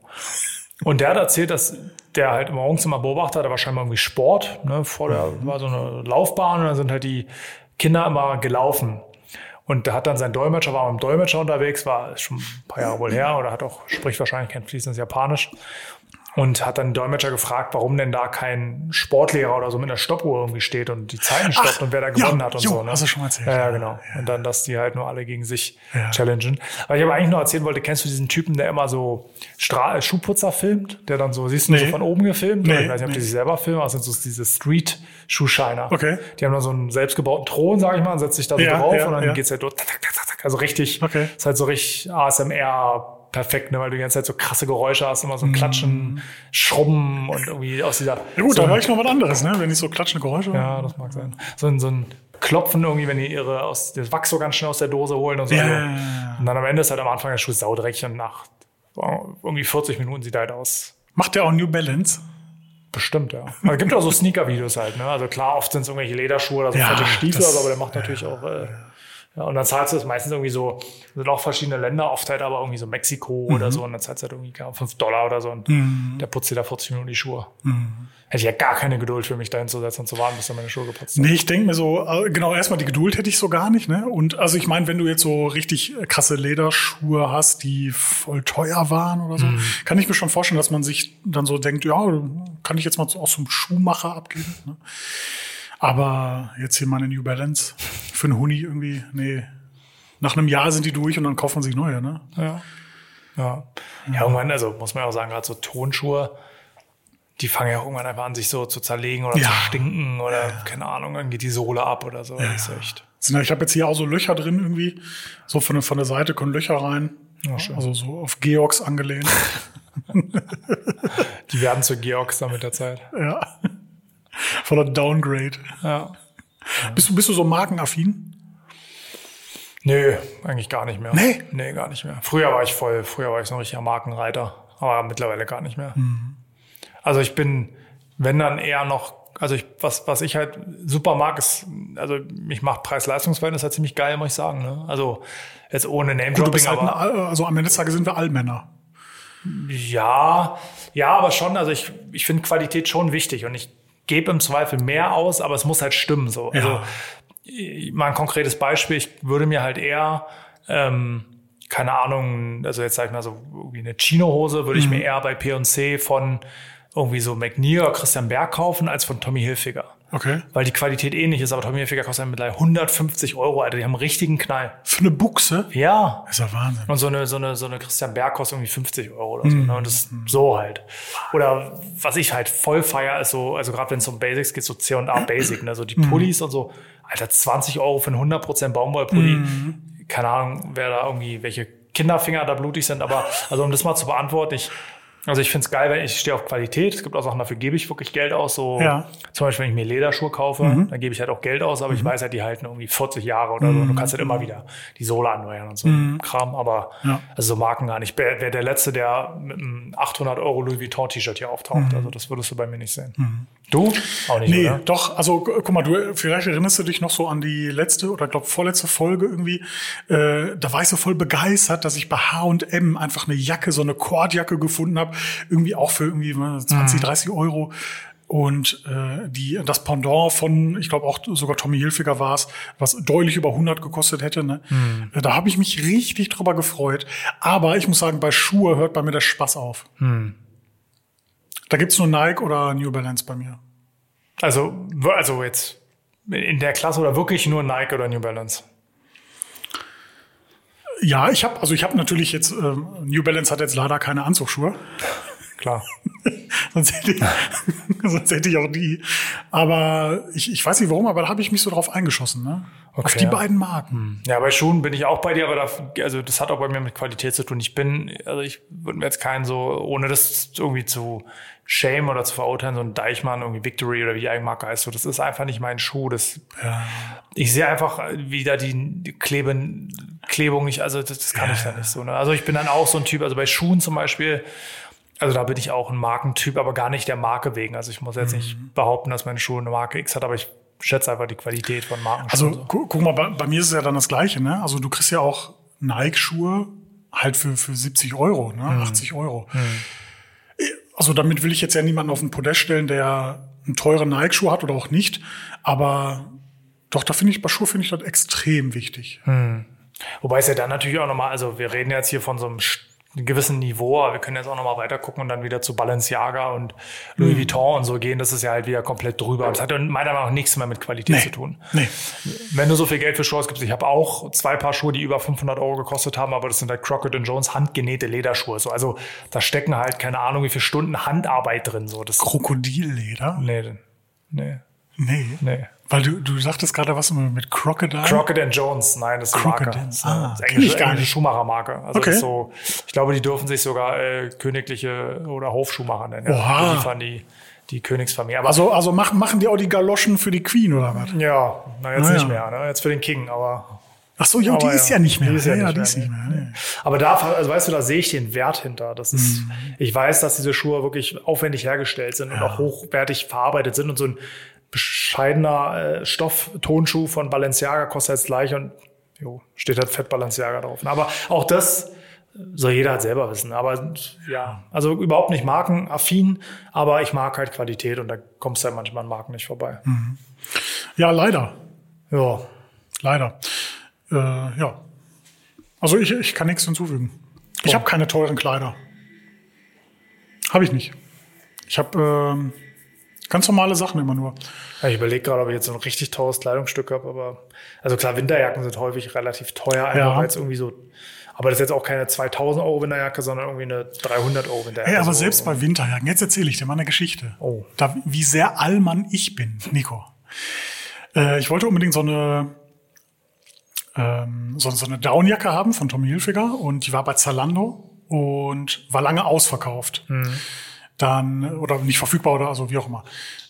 Und der hat erzählt, dass der halt morgens immer beobachtet hat, aber scheinbar irgendwie Sport, ne, vor der,
Mhm.
ja. war so eine Laufbahn und dann sind halt die Kinder immer gelaufen. Und da hat dann sein Dolmetscher, war mit dem Dolmetscher unterwegs, war schon ein paar Jahre wohl her oder hat auch, spricht wahrscheinlich kein fließendes Japanisch. Und hat dann den Dolmetscher gefragt, warum denn da kein Sportlehrer oder so mit einer Stoppuhr irgendwie steht und die Zeiten stoppt Ach, und wer da gewonnen
ja,
hat und
jo,
so. Ne?
Hast du schon mal erzählt.
Ja, ja genau. Ja. Und dann, dass die halt nur alle gegen sich challengen. Aber ich habe eigentlich nur erzählen wollte, kennst du diesen Typen, der immer so Stra äh, Schuhputzer filmt, der dann so, siehst du, nee. so von oben gefilmt?
Nee,
ich weiß nicht, ob
nee.
die sich selber filmen, aber es sind so diese Street-Schuhscheiner.
Okay.
Die haben dann so einen selbstgebauten Thron, sag ich mal, und setzt sich da so drauf und dann geht's halt so, tak, tak, tak, tak, also richtig,
okay.
ist halt so richtig ASMR perfekt, ne, weil du die ganze Zeit so krasse Geräusche hast, immer so ein Klatschen, Schrubben und irgendwie aus dieser.
Mhm. Ja gut,
so
da höre ich noch was anderes, ne? Wenn ich so klatschende Geräusche
Ja, das mag sein. So ein, so ein Klopfen irgendwie, wenn die ihre aus, das Wachs so ganz schnell aus der Dose holen und so.
Ja.
Und dann am Ende ist halt am Anfang der Schuh saudreckig und nach irgendwie 40 Minuten sieht er halt aus.
Macht der auch New Balance?
Bestimmt, ja. Es gibt auch so Sneaker-Videos halt, ne? Also klar, oft sind es irgendwelche Lederschuhe oder so
ja,
fette Stiefel,
das-
aber der macht natürlich auch. Äh, ja, und dann zahlst du das meistens irgendwie so, sind auch verschiedene Länder, oft halt aber irgendwie so Mexiko
Mhm.
oder so, und dann zahlst du halt irgendwie keine 5 Dollar oder so, und
Mhm.
der putzt dir da 40 Minuten die Schuhe.
Mhm.
Hätte ich ja gar keine Geduld für mich, da hinzusetzen und zu warten, bis dann meine Schuhe geputzt sind.
Nee, ich denke mir so, äh, genau, erstmal die Geduld hätte ich so gar nicht, ne? Und also ich meine, wenn du jetzt so richtig äh, krasse Lederschuhe hast, die voll teuer waren oder so, kann ich mir schon vorstellen, dass man sich dann so denkt, ja, kann ich jetzt mal so auch zum Schuhmacher abgeben. Ne? Aber jetzt hier mal eine New Balance für einen Huni irgendwie, nee. Nach einem Jahr sind die durch und dann kauft man sich neue, ne?
Ja. Ja. ja, irgendwann, also muss man ja auch sagen, gerade so Tonschuhe, die fangen ja auch irgendwann einfach an, sich so zu zerlegen oder
Ja.
zu stinken oder keine Ahnung, dann geht die Sohle ab oder so. Das ist echt.
Sind ja- Ich habe jetzt hier auch so Löcher drin irgendwie. So von, der- von der Seite können Löcher rein. also so auf Georgs angelehnt.
Die werden zu Georgs dann mit der Zeit.
ja. Voller Downgrade.
Ja.
Bist, du- bist du so markenaffin?
Nö, eigentlich gar nicht mehr.
Nee?
Nee, gar nicht mehr. Früher war ich voll, früher war ich so ein richtiger Markenreiter, aber mittlerweile gar nicht mehr.
Mhm.
Also ich bin, wenn dann eher noch, also ich, was, was ich halt super mag, ist, also ich mache Preis-Leistungs-Verhältnis halt ziemlich geil, muss ich sagen. Ne? Also jetzt ohne
Du
Name-Dropping,
bist halt ein,
aber
Al- also am Ende des Tages sind wir Allmänner.
ja, ja, aber schon, also ich, ich finde Qualität schon wichtig und ich gebe im Zweifel mehr aus, aber es muss halt stimmen so. Also
Ja.
mal ein konkretes Beispiel, ich würde mir halt eher, ähm, keine Ahnung, also jetzt sag ich mal so irgendwie eine Chino-Hose würde ich mir eher bei P&C von irgendwie so McNeil oder Christian Berg kaufen, als von Tommy Hilfiger.
Okay.
Weil die Qualität ähnlich ist, aber Tommy Hilfiger kostet mittlerweile 150 Euro, Alter, die haben einen richtigen Knall.
Für eine Buchse?
Ja.
Das ist ja Mhm. Wahnsinn.
Und so eine, so eine, so eine Christian Berg kostet irgendwie 50 Euro oder so. Ne? Und das so halt. Oder was ich halt voll feier, ist so, also gerade wenn es um Basics geht, so
*clears throat*
C&A Basic, ne? so die
Mhm.
Pullis und so. Alter, 20 Euro für einen 100% Baumwollpulli.
Mhm.
Keine Ahnung, wer da irgendwie, welche Kinderfinger da blutig sind. Aber also um das mal zu beantworten, ich, also ich finde es geil, wenn ich stehe auf Qualität. Es gibt auch Sachen, dafür gebe ich wirklich Geld aus. So
Ja.
zum Beispiel, wenn ich mir Lederschuhe kaufe,
Mhm.
dann gebe ich halt auch Geld aus, aber ich weiß halt, die halten irgendwie 40 Jahre oder so. Und du kannst halt immer wieder die Sohle anweiern und so Kram, aber
Mhm. Ja.
also so Marken gar nicht. Wer, wer der Letzte, der mit einem 800 Euro Louis Vuitton T-Shirt hier auftaucht, also das würdest du bei mir nicht sehen. Du? Auch nicht,
Mhm. Nee,
oder?
doch, also gu- guck mal, du vielleicht erinnerst du dich noch so an die letzte oder glaub vorletzte Folge irgendwie. Äh, da war ich so voll begeistert, dass ich bei H&M einfach eine Jacke, so eine Kordjacke gefunden habe, irgendwie auch für irgendwie was, 20, 30 Euro. Und äh, die, das Pendant von, ich glaube auch sogar Tommy Hilfiger war es, was deutlich über 100 gekostet hätte. Ne? Äh, Da habe ich mich richtig drüber gefreut. Aber ich muss sagen, bei Schuhe hört bei mir der Spaß auf. Da gibt's nur Nike oder New Balance bei mir.
Also, w- also jetzt in der Klasse oder wirklich nur Nike oder New Balance?
Ja, ich habe also ich habe natürlich jetzt ähm, New Balance hat jetzt leider keine Anzugsschuhe, *laughs*
Klar.
sonst hätte ich, *laughs* sonst hätte ich auch die. Aber ich, ich weiß nicht warum, aber da habe ich mich so drauf eingeschossen, ne? Auf
Okay,
die
ja.
beiden Marken.
Ja, bei Schuhen bin ich auch bei dir, aber da, also das hat auch bei mir mit Qualität zu tun. Ich bin, also ich würde mir jetzt keinen so, ohne das irgendwie zu shame oder zu verurteilen, so ein Deichmann, irgendwie Victory oder wie die Eigenmarke heißt, so, das ist einfach nicht mein Schuh. Das, Ich sehe einfach äh, wieder die Klebe, Klebung nicht, also das, das kann ich dann nicht so. Ne? Also ich bin dann auch so ein Typ, also bei Schuhen zum Beispiel, also da bin ich auch ein Markentyp, aber gar nicht der Marke wegen. Also ich muss jetzt nicht behaupten, dass meine Schuhe eine Marke X hat, aber ich schätze einfach die Qualität von Marken.
Also gu guck mal, bei, bei mir ist es ja dann das Gleiche, ne? Also du kriegst ja auch Nike Schuhe halt für für 70 Euro, ne? 80 Euro. Also damit will ich jetzt ja niemanden auf den Podest stellen, der einen teuren Nike Schuh hat oder auch nicht, aber doch, da finde ich, bei Schuhe finde ich das extrem wichtig.
Wobei es ja dann natürlich auch nochmal, also wir reden jetzt hier von so einem sch- gewissen Niveau, aber wir können jetzt auch nochmal weiter gucken und dann wieder zu Balenciaga und Louis Vuitton und so gehen. Das ist ja halt wieder komplett drüber. Das hat ja meiner Meinung nach nichts mehr mit Qualität zu tun.
Nee.
Wenn du so viel Geld für Schuhe ausgibst, ich habe auch zwei Paar Schuhe, die über 500 Euro gekostet haben, aber das sind halt Crockett und Jones handgenähte Lederschuhe. So, also da stecken halt keine Ahnung wie viele Stunden Handarbeit drin. So, das
Krokodilleder?
nee, nee,
Nee.
nee.
Weil du, du sagtest gerade was mit Crocodile.
Crockett and Jones, nein, das ist eine
Crockett
Marke.
and-
Das ist eine-
ah,
das ist
kenn
englische,
ich gar
englische
nicht.
Schuhmachermarke. Also
Okay.
das ist so, ich glaube, die dürfen sich sogar äh, königliche oder Hofschuhmacher nennen.
Oha.
Die liefern die, die Königsfamilie. Aber
also also machen, machen die auch die Galoschen für die Queen oder was?
ja, na jetzt
Ah,
nicht
ja.
mehr, ne? Jetzt für den King, aber.
Ach so, ja, die
Aber
ist
ja,
ja nicht mehr.
die ist ja
ja,
nicht
die
mehr,
ist nicht mehr. Nee.
Aber da, also weißt du, da sehe ich den Wert hinter. Das ist,
Mhm.
ich weiß, dass diese Schuhe wirklich aufwendig hergestellt sind und auch hochwertig verarbeitet sind und so ein bescheidener äh, Stoffturnschuh von Balenciaga kostet jetzt gleich und jo, steht halt fett Balenciaga drauf. Aber auch das soll jeder halt selber wissen. Aber ja, also überhaupt nicht markenaffin, aber ich mag halt Qualität und da kommst du halt manchmal an Marken nicht vorbei.
Mhm. Ja, leider.
Ja.
Leider. Äh, ja. Also ich, ich kann nichts hinzufügen. Ich habe keine teuren Kleider. Habe ich nicht. Ich habe ähm, ganz normale Sachen immer nur.
Ja, Ich überlege gerade, ob ich jetzt so ein richtig teures Kleidungsstück habe, aber also klar, Winterjacken sind häufig relativ teuer, einfach
Ja.
weil es irgendwie so Aber das ist jetzt auch keine 2000 Euro Winterjacke, sondern irgendwie eine 300 Euro Winterjacke.
Hey, aber
so.
selbst bei Winterjacken, jetzt erzähle ich dir mal eine Geschichte.
also Oh.
Da, wie sehr Allmann ich bin, Nico. Äh, ich wollte unbedingt so eine, ähm, so, so eine Downjacke haben von Tommy Hilfiger und die war bei Zalando und war lange ausverkauft. Dann, oder nicht verfügbar oder also wie auch immer.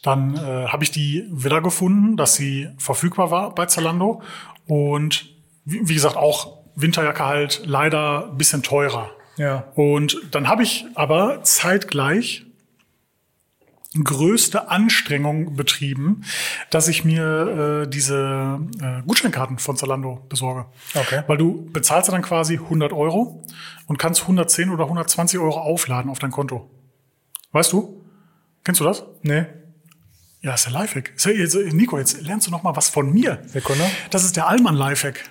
Dann äh, habe ich die wieder gefunden, dass sie verfügbar war bei Zalando und wie, wie gesagt auch Winterjacke halt leider ein bisschen teurer.
Ja.
Und dann habe ich aber zeitgleich größte Anstrengung betrieben, dass ich mir äh, diese äh, Gutscheinkarten von Zalando besorge.
Okay.
Weil du bezahlst ja dann quasi 100 Euro und kannst 110 oder 120 Euro aufladen auf dein Konto. Weißt du? Kennst du das?
Nee.
Ja, ist der Lifehack. Ist ja jetzt, äh, Nico, jetzt lernst du noch mal was von mir.
Sekunde.
Das ist der Allmann Lifehack.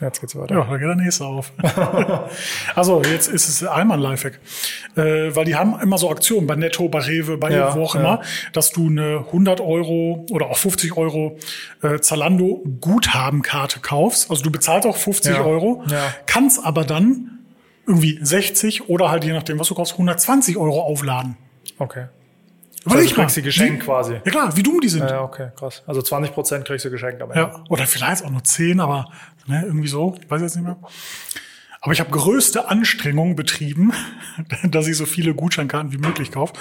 Jetzt geht's weiter.
Ja, da geht der
*laughs*
nächste auf. also, jetzt ist es einmal ein Lifehack. Äh, weil die haben immer so Aktionen bei Netto, bei Rewe, bei
Ja,
wo auch
ja.
immer, dass du eine 100 Euro oder auch 50 Euro äh, Zalando Guthabenkarte kaufst. Also, du bezahlst auch 50
Ja,
Euro,
ja.
kannst aber dann irgendwie 60 oder halt je nachdem, was du kaufst, 120 Euro aufladen.
Okay.
Überleg
du kriegst
mal,
sie geschenkt
wie,
quasi.
Ja klar, wie dumm die sind.
Ja, okay, krass. Also 20 Prozent kriegst du geschenkt am Ende.
Ja, oder vielleicht auch nur 10, aber ne, irgendwie so, ich weiß jetzt nicht mehr. Aber ich habe größte Anstrengung betrieben, *laughs* dass ich so viele Gutscheinkarten wie möglich kaufe.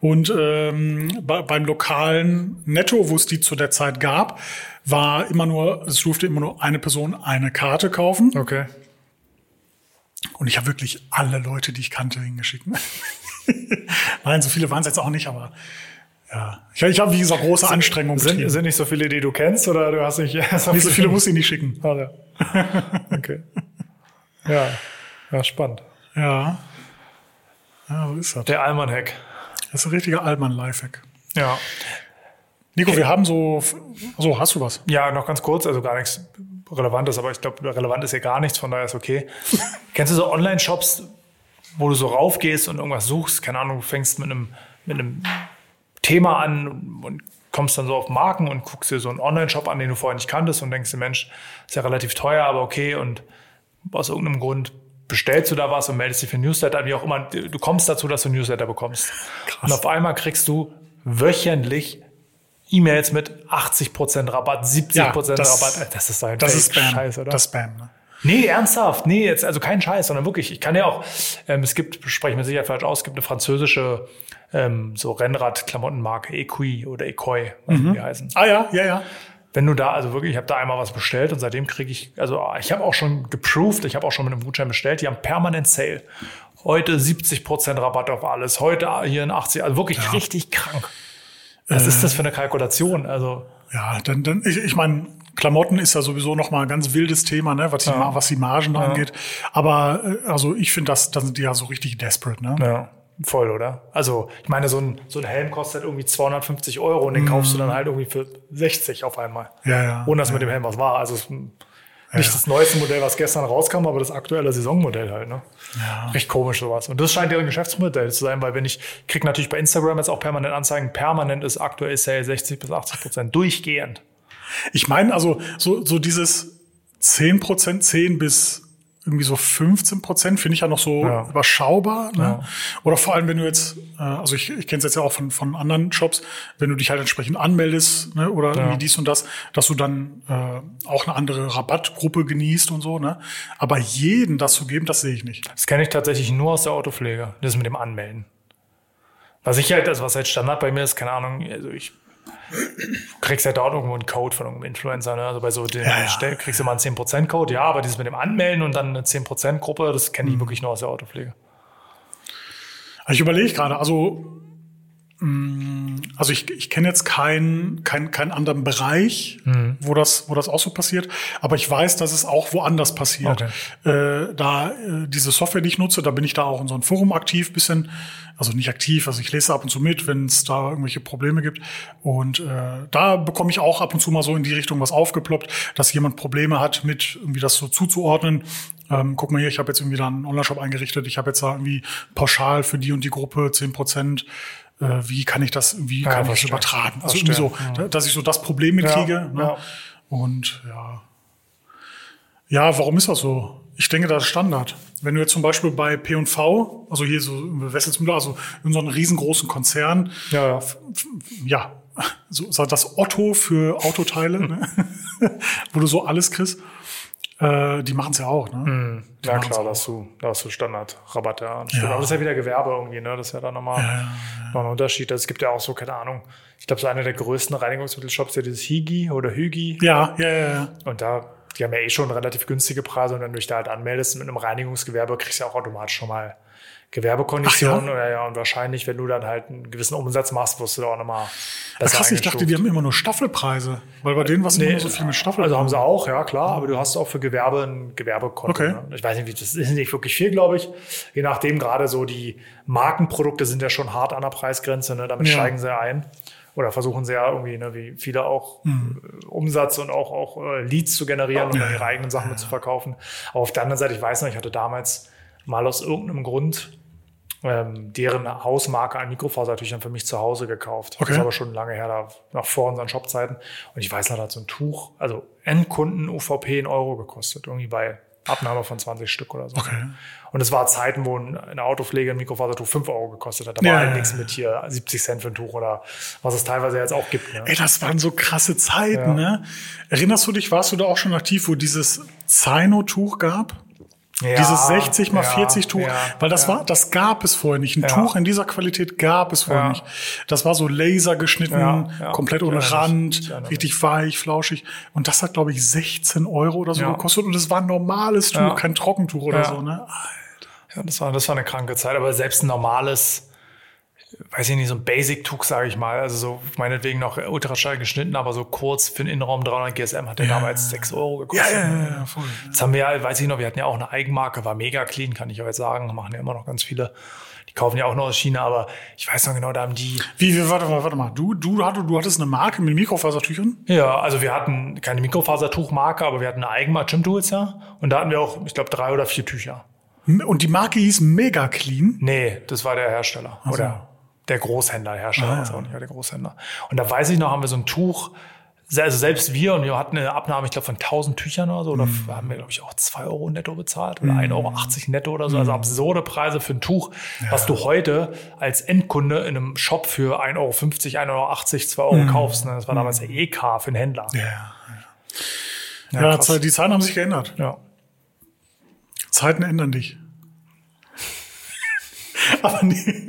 Und ähm, bei, beim lokalen Netto, wo es die zu der Zeit gab, war immer nur, es durfte immer nur eine Person eine Karte kaufen.
Okay.
Und ich habe wirklich alle Leute, die ich kannte, hingeschickt. *laughs* Nein, so viele waren es jetzt auch nicht, aber ja. Ich, ich habe, wie gesagt, große Anstrengung
Sind,
betrieben.
sind nicht so viele, die du kennst, oder du hast nicht *laughs* so
Nicht so viele muss ich nicht schicken.
Ah, ja.
*laughs*
Okay. Ja. ja, spannend.
Ja. Ja, so ist das.
Der Alman-Hack.
Das ist ein richtiger Allmann-Lifehack.
Ja.
Nico, wir haben so. So, hast du was?
Ja, noch ganz kurz, also gar nichts Relevantes, aber ich glaube, relevant ist ja gar nichts, von daher ist okay. Kennst du so Online-Shops, wo du so raufgehst und irgendwas suchst? Keine Ahnung, du fängst mit einem, mit einem Thema an und kommst dann so auf Marken und guckst dir so einen Online-Shop an, den du vorher nicht kanntest und denkst dir, Mensch, ist ja relativ teuer, aber okay und aus irgendeinem Grund bestellst du da was und meldest dich für ein Newsletter an, wie auch immer. Du kommst dazu, dass du ein Newsletter bekommst. Und auf einmal kriegst du wöchentlich E-Mails mit 80% Rabatt, 70%
das-
Rabatt. Das ist doch ein
Das
Fake
ist Spam.
Scheiß, oder?
Das ist Spam. Ne?
Nee, ernsthaft. Nee, jetzt, also kein Scheiß, sondern wirklich. Ich kann ja auch, ähm, es gibt, spreche ich mir sicher falsch aus, es gibt eine französische ähm, so Rennrad-Klamottenmarke, Equi oder Ecoy, was die heißen.
Ah ja, ja, ja.
Wenn du da, also wirklich, ich habe da einmal was bestellt und seitdem kriege ich, also ich habe auch schon geproved, ich habe auch schon mit einem Gutschein bestellt, die haben permanent Sale. Heute 70% Rabatt auf alles, heute hier in 80, also wirklich richtig krank. Was ist das für eine Kalkulation? Also,
Ja, dann, dann ich, ich meine, Klamotten ist ja sowieso noch mal ein ganz wildes Thema, ne, was die, Ma- was die Margen angeht. Aber äh, also ich finde, das, dann sind die ja so richtig desperate, ne?
Ja, voll, oder? Also, ich meine, so ein, so ein Helm kostet halt irgendwie 250 Euro und den kaufst du dann halt irgendwie für 60 auf einmal.
Ja, Mhm. ja.
Ohne dass mit dem Helm was war. Also, es ist ein- nicht das neueste Modell, was gestern rauskam, aber das aktuelle Saisonmodell halt, ne?
Ja.
Recht komisch sowas. Und das scheint deren Geschäftsmodell zu sein, weil wenn ich, krieg natürlich bei Instagram jetzt auch permanent Anzeigen, permanent ist aktuell Sale 60 bis 80 Prozent durchgehend.
Ich meine, also so, so dieses 10 Prozent, 10 bis irgendwie so 15 Prozent finde ich ja noch so
Ja.
überschaubar. Ne? Oder vor allem, wenn du jetzt, äh, also ich, ich kenne es jetzt ja auch von, von anderen Shops, wenn du dich halt entsprechend anmeldest ne? oder irgendwie dies und das, dass du dann äh, auch eine andere Rabattgruppe genießt und so. Ne? Aber jeden das zu geben, das sehe ich nicht.
Das kenne ich tatsächlich nur aus der Autopflege, das mit dem Anmelden. Was ich halt, also was halt Standard bei mir ist, keine Ahnung, also ich kriegst halt auch irgendwo einen Code von irgendeinem Influencer, ne? Also bei so den
Ja, ja.
Stell- kriegst du mal einen 10%-Code, ja, aber dieses mit dem Anmelden und dann eine 10%-Gruppe, das kenne ich wirklich nur aus der Autopflege.
Also ich überlege gerade, also mh, also ich, ich kenne jetzt keinen keinen keinen anderen Bereich, wo das wo das auch so passiert, aber ich weiß, dass es auch woanders passiert. Äh, da äh, diese Software, die ich nutze, da bin ich da auch in so einem Forum aktiv, bisschen, also nicht aktiv, also ich lese ab und zu mit, wenn es da irgendwelche Probleme gibt und äh, da bekomme ich auch ab und zu mal so in die Richtung was aufgeploppt, dass jemand Probleme hat mit irgendwie das so zuzuordnen. Ähm, guck mal hier, ich habe jetzt irgendwie da einen Online-Shop eingerichtet, ich habe jetzt da irgendwie pauschal für die und die Gruppe 10 Prozent. Äh, wie kann ich das, wie kann ich das
verstehe.
übertragen? Also
Verstehe,
ne? irgendwie so, da- dass ich so das Problem mitkriege.
Ja,
ne?
ja.
Und ja. Ja, warum ist das so? Ich denke, das ist Standard. Wenn du jetzt zum Beispiel bei P&V, also hier so Wesselsmüller, also in so einem riesengroßen Konzern,
Ja, ja.
ja, so so das Otto für Autoteile, ne?
*laughs*
wo du so alles kriegst, äh, die machen es ja auch. Ne?
Mhm. Ja, klar, da hast du, da hast du Standardrabatte. Genau. Ja. Und stimmt.
Ja.
Aber das ist ja wieder Gewerbe irgendwie, ne? Das ist ja dann nochmal noch ein Unterschied. Also Es gibt ja auch so, keine Ahnung. Ich glaube, so einer der größten Reinigungsmittelshops, ja dieses Higi oder Hügi.
Ja, ja, ja, ja.
Und da, die haben ja eh schon relativ günstige Preise. Und wenn du dich da halt anmeldest mit einem Reinigungsgewerbe, kriegst du ja auch automatisch schon mal Gewerbekonditionen.
Ach
Oder ja, und wahrscheinlich, wenn du dann halt einen gewissen Umsatz machst, wirst du da auch nochmal
Das
besser
krass, ich dachte,
eingestuft.
die haben immer nur Staffelpreise, weil
Äh,
bei denen was immer nur so viel mit Staffeln.
Also haben sie auch, ja klar, aber du hast auch für Gewerbe ein Gewerbekonto.
Okay.
Ne? Ich weiß nicht, wie das ist nicht wirklich viel, glaube ich. Je nachdem, gerade so die Markenprodukte sind ja schon hart an der Preisgrenze, ne? damit
Ja.
steigen sie ein. Oder versuchen sie ja irgendwie, ne, wie viele auch äh, Umsatz und auch, auch äh, Leads zu generieren und
Mhm. Ja,
dann ihre
ja,
eigenen Sachen mit zu verkaufen. Aber auf der anderen Seite, ich weiß noch, ich hatte damals mal aus irgendeinem Grund ähm, deren Hausmarke an Mikrofasertüchern für mich zu Hause gekauft.
Okay.
Das ist aber schon lange her, da noch vor unseren Shopzeiten. Und ich weiß noch, da hat so ein Tuch, also Endkunden UVP in Euro gekostet, irgendwie bei Abnahme von 20 Stück oder so.
Okay.
Und es war Zeiten, wo ein- eine Autopflege ein Mikrofasertuch 5 Euro gekostet hat. Da
Ja,
war halt
ja,
nichts
ja.
mit hier 70 Cent für ein Tuch oder was es teilweise jetzt auch gibt. Ne?
Ey, das waren so krasse Zeiten,
Ja.
ne? Erinnerst du dich, warst du da auch schon aktiv, wo dieses Zaino-Tuch gab?
Ja,
dieses 60 mal
ja,
40 Tuch,
ja,
weil das
ja.
war, das gab es vorher nicht. Ein Tuch in dieser Qualität gab es vorher
Ja.
nicht. Das war so lasergeschnitten,
Ja, ja.
komplett
Ich
ohne
erinnere mich, ich
Rand,
erinnere
richtig weich, flauschig. Und das hat, glaube ich, 16 Euro oder so
Ja.
gekostet. Und es war ein normales Tuch,
Ja.
kein Trockentuch oder
Ja.
so, ne?
Ja, das war, das war eine kranke Zeit, aber selbst ein normales, weiß ich nicht, so ein Basic-Tuch, sage ich mal, also so meinetwegen noch ultraschall geschnitten, aber so kurz für den Innenraum 300 GSM hat der damals 6 Euro gekostet.
ja, voll.
Das haben wir ja, weiß ich noch, wir hatten ja auch eine Eigenmarke, war mega clean, kann ich euch sagen, machen ja immer noch ganz viele. Die kaufen ja auch noch aus China, aber ich weiß noch genau, da haben die,
Wie, wie, warte mal, warte mal. Du, du, hattest, du hattest eine Marke mit Mikrofasertüchern?
ja, also wir hatten keine Mikrofasertuchmarke, aber wir hatten eine Eigenmarke, Jim Tools, ja, und da hatten wir auch, ich glaube, drei oder vier Tücher.
Und die Marke hieß Mega Clean.
Nee, das war der Hersteller. Oder der Großhändler,
Ah,
Hersteller war es auch nicht, aber der Großhändler. Und da weiß ich noch, haben wir so ein Tuch, se- also selbst wir, und wir hatten eine Abnahme, ich glaube, von 1000 Tüchern oder so, oder
Mhm.
f- haben wir, glaube ich, auch 2 Euro netto bezahlt oder 1,80 Euro netto oder so. Also
Mhm.
absurde Preise für ein Tuch, was du heute als Endkunde in einem Shop für 1,50 Euro, 1,80 Euro, 2 Euro kaufst. Ne? Das war damals der EK für den Händler.
Ja.
Ja,
Ja,
krass.
die Zeiten haben sich geändert.
ja.
Zeiten ändern dich. *laughs* Aber nee.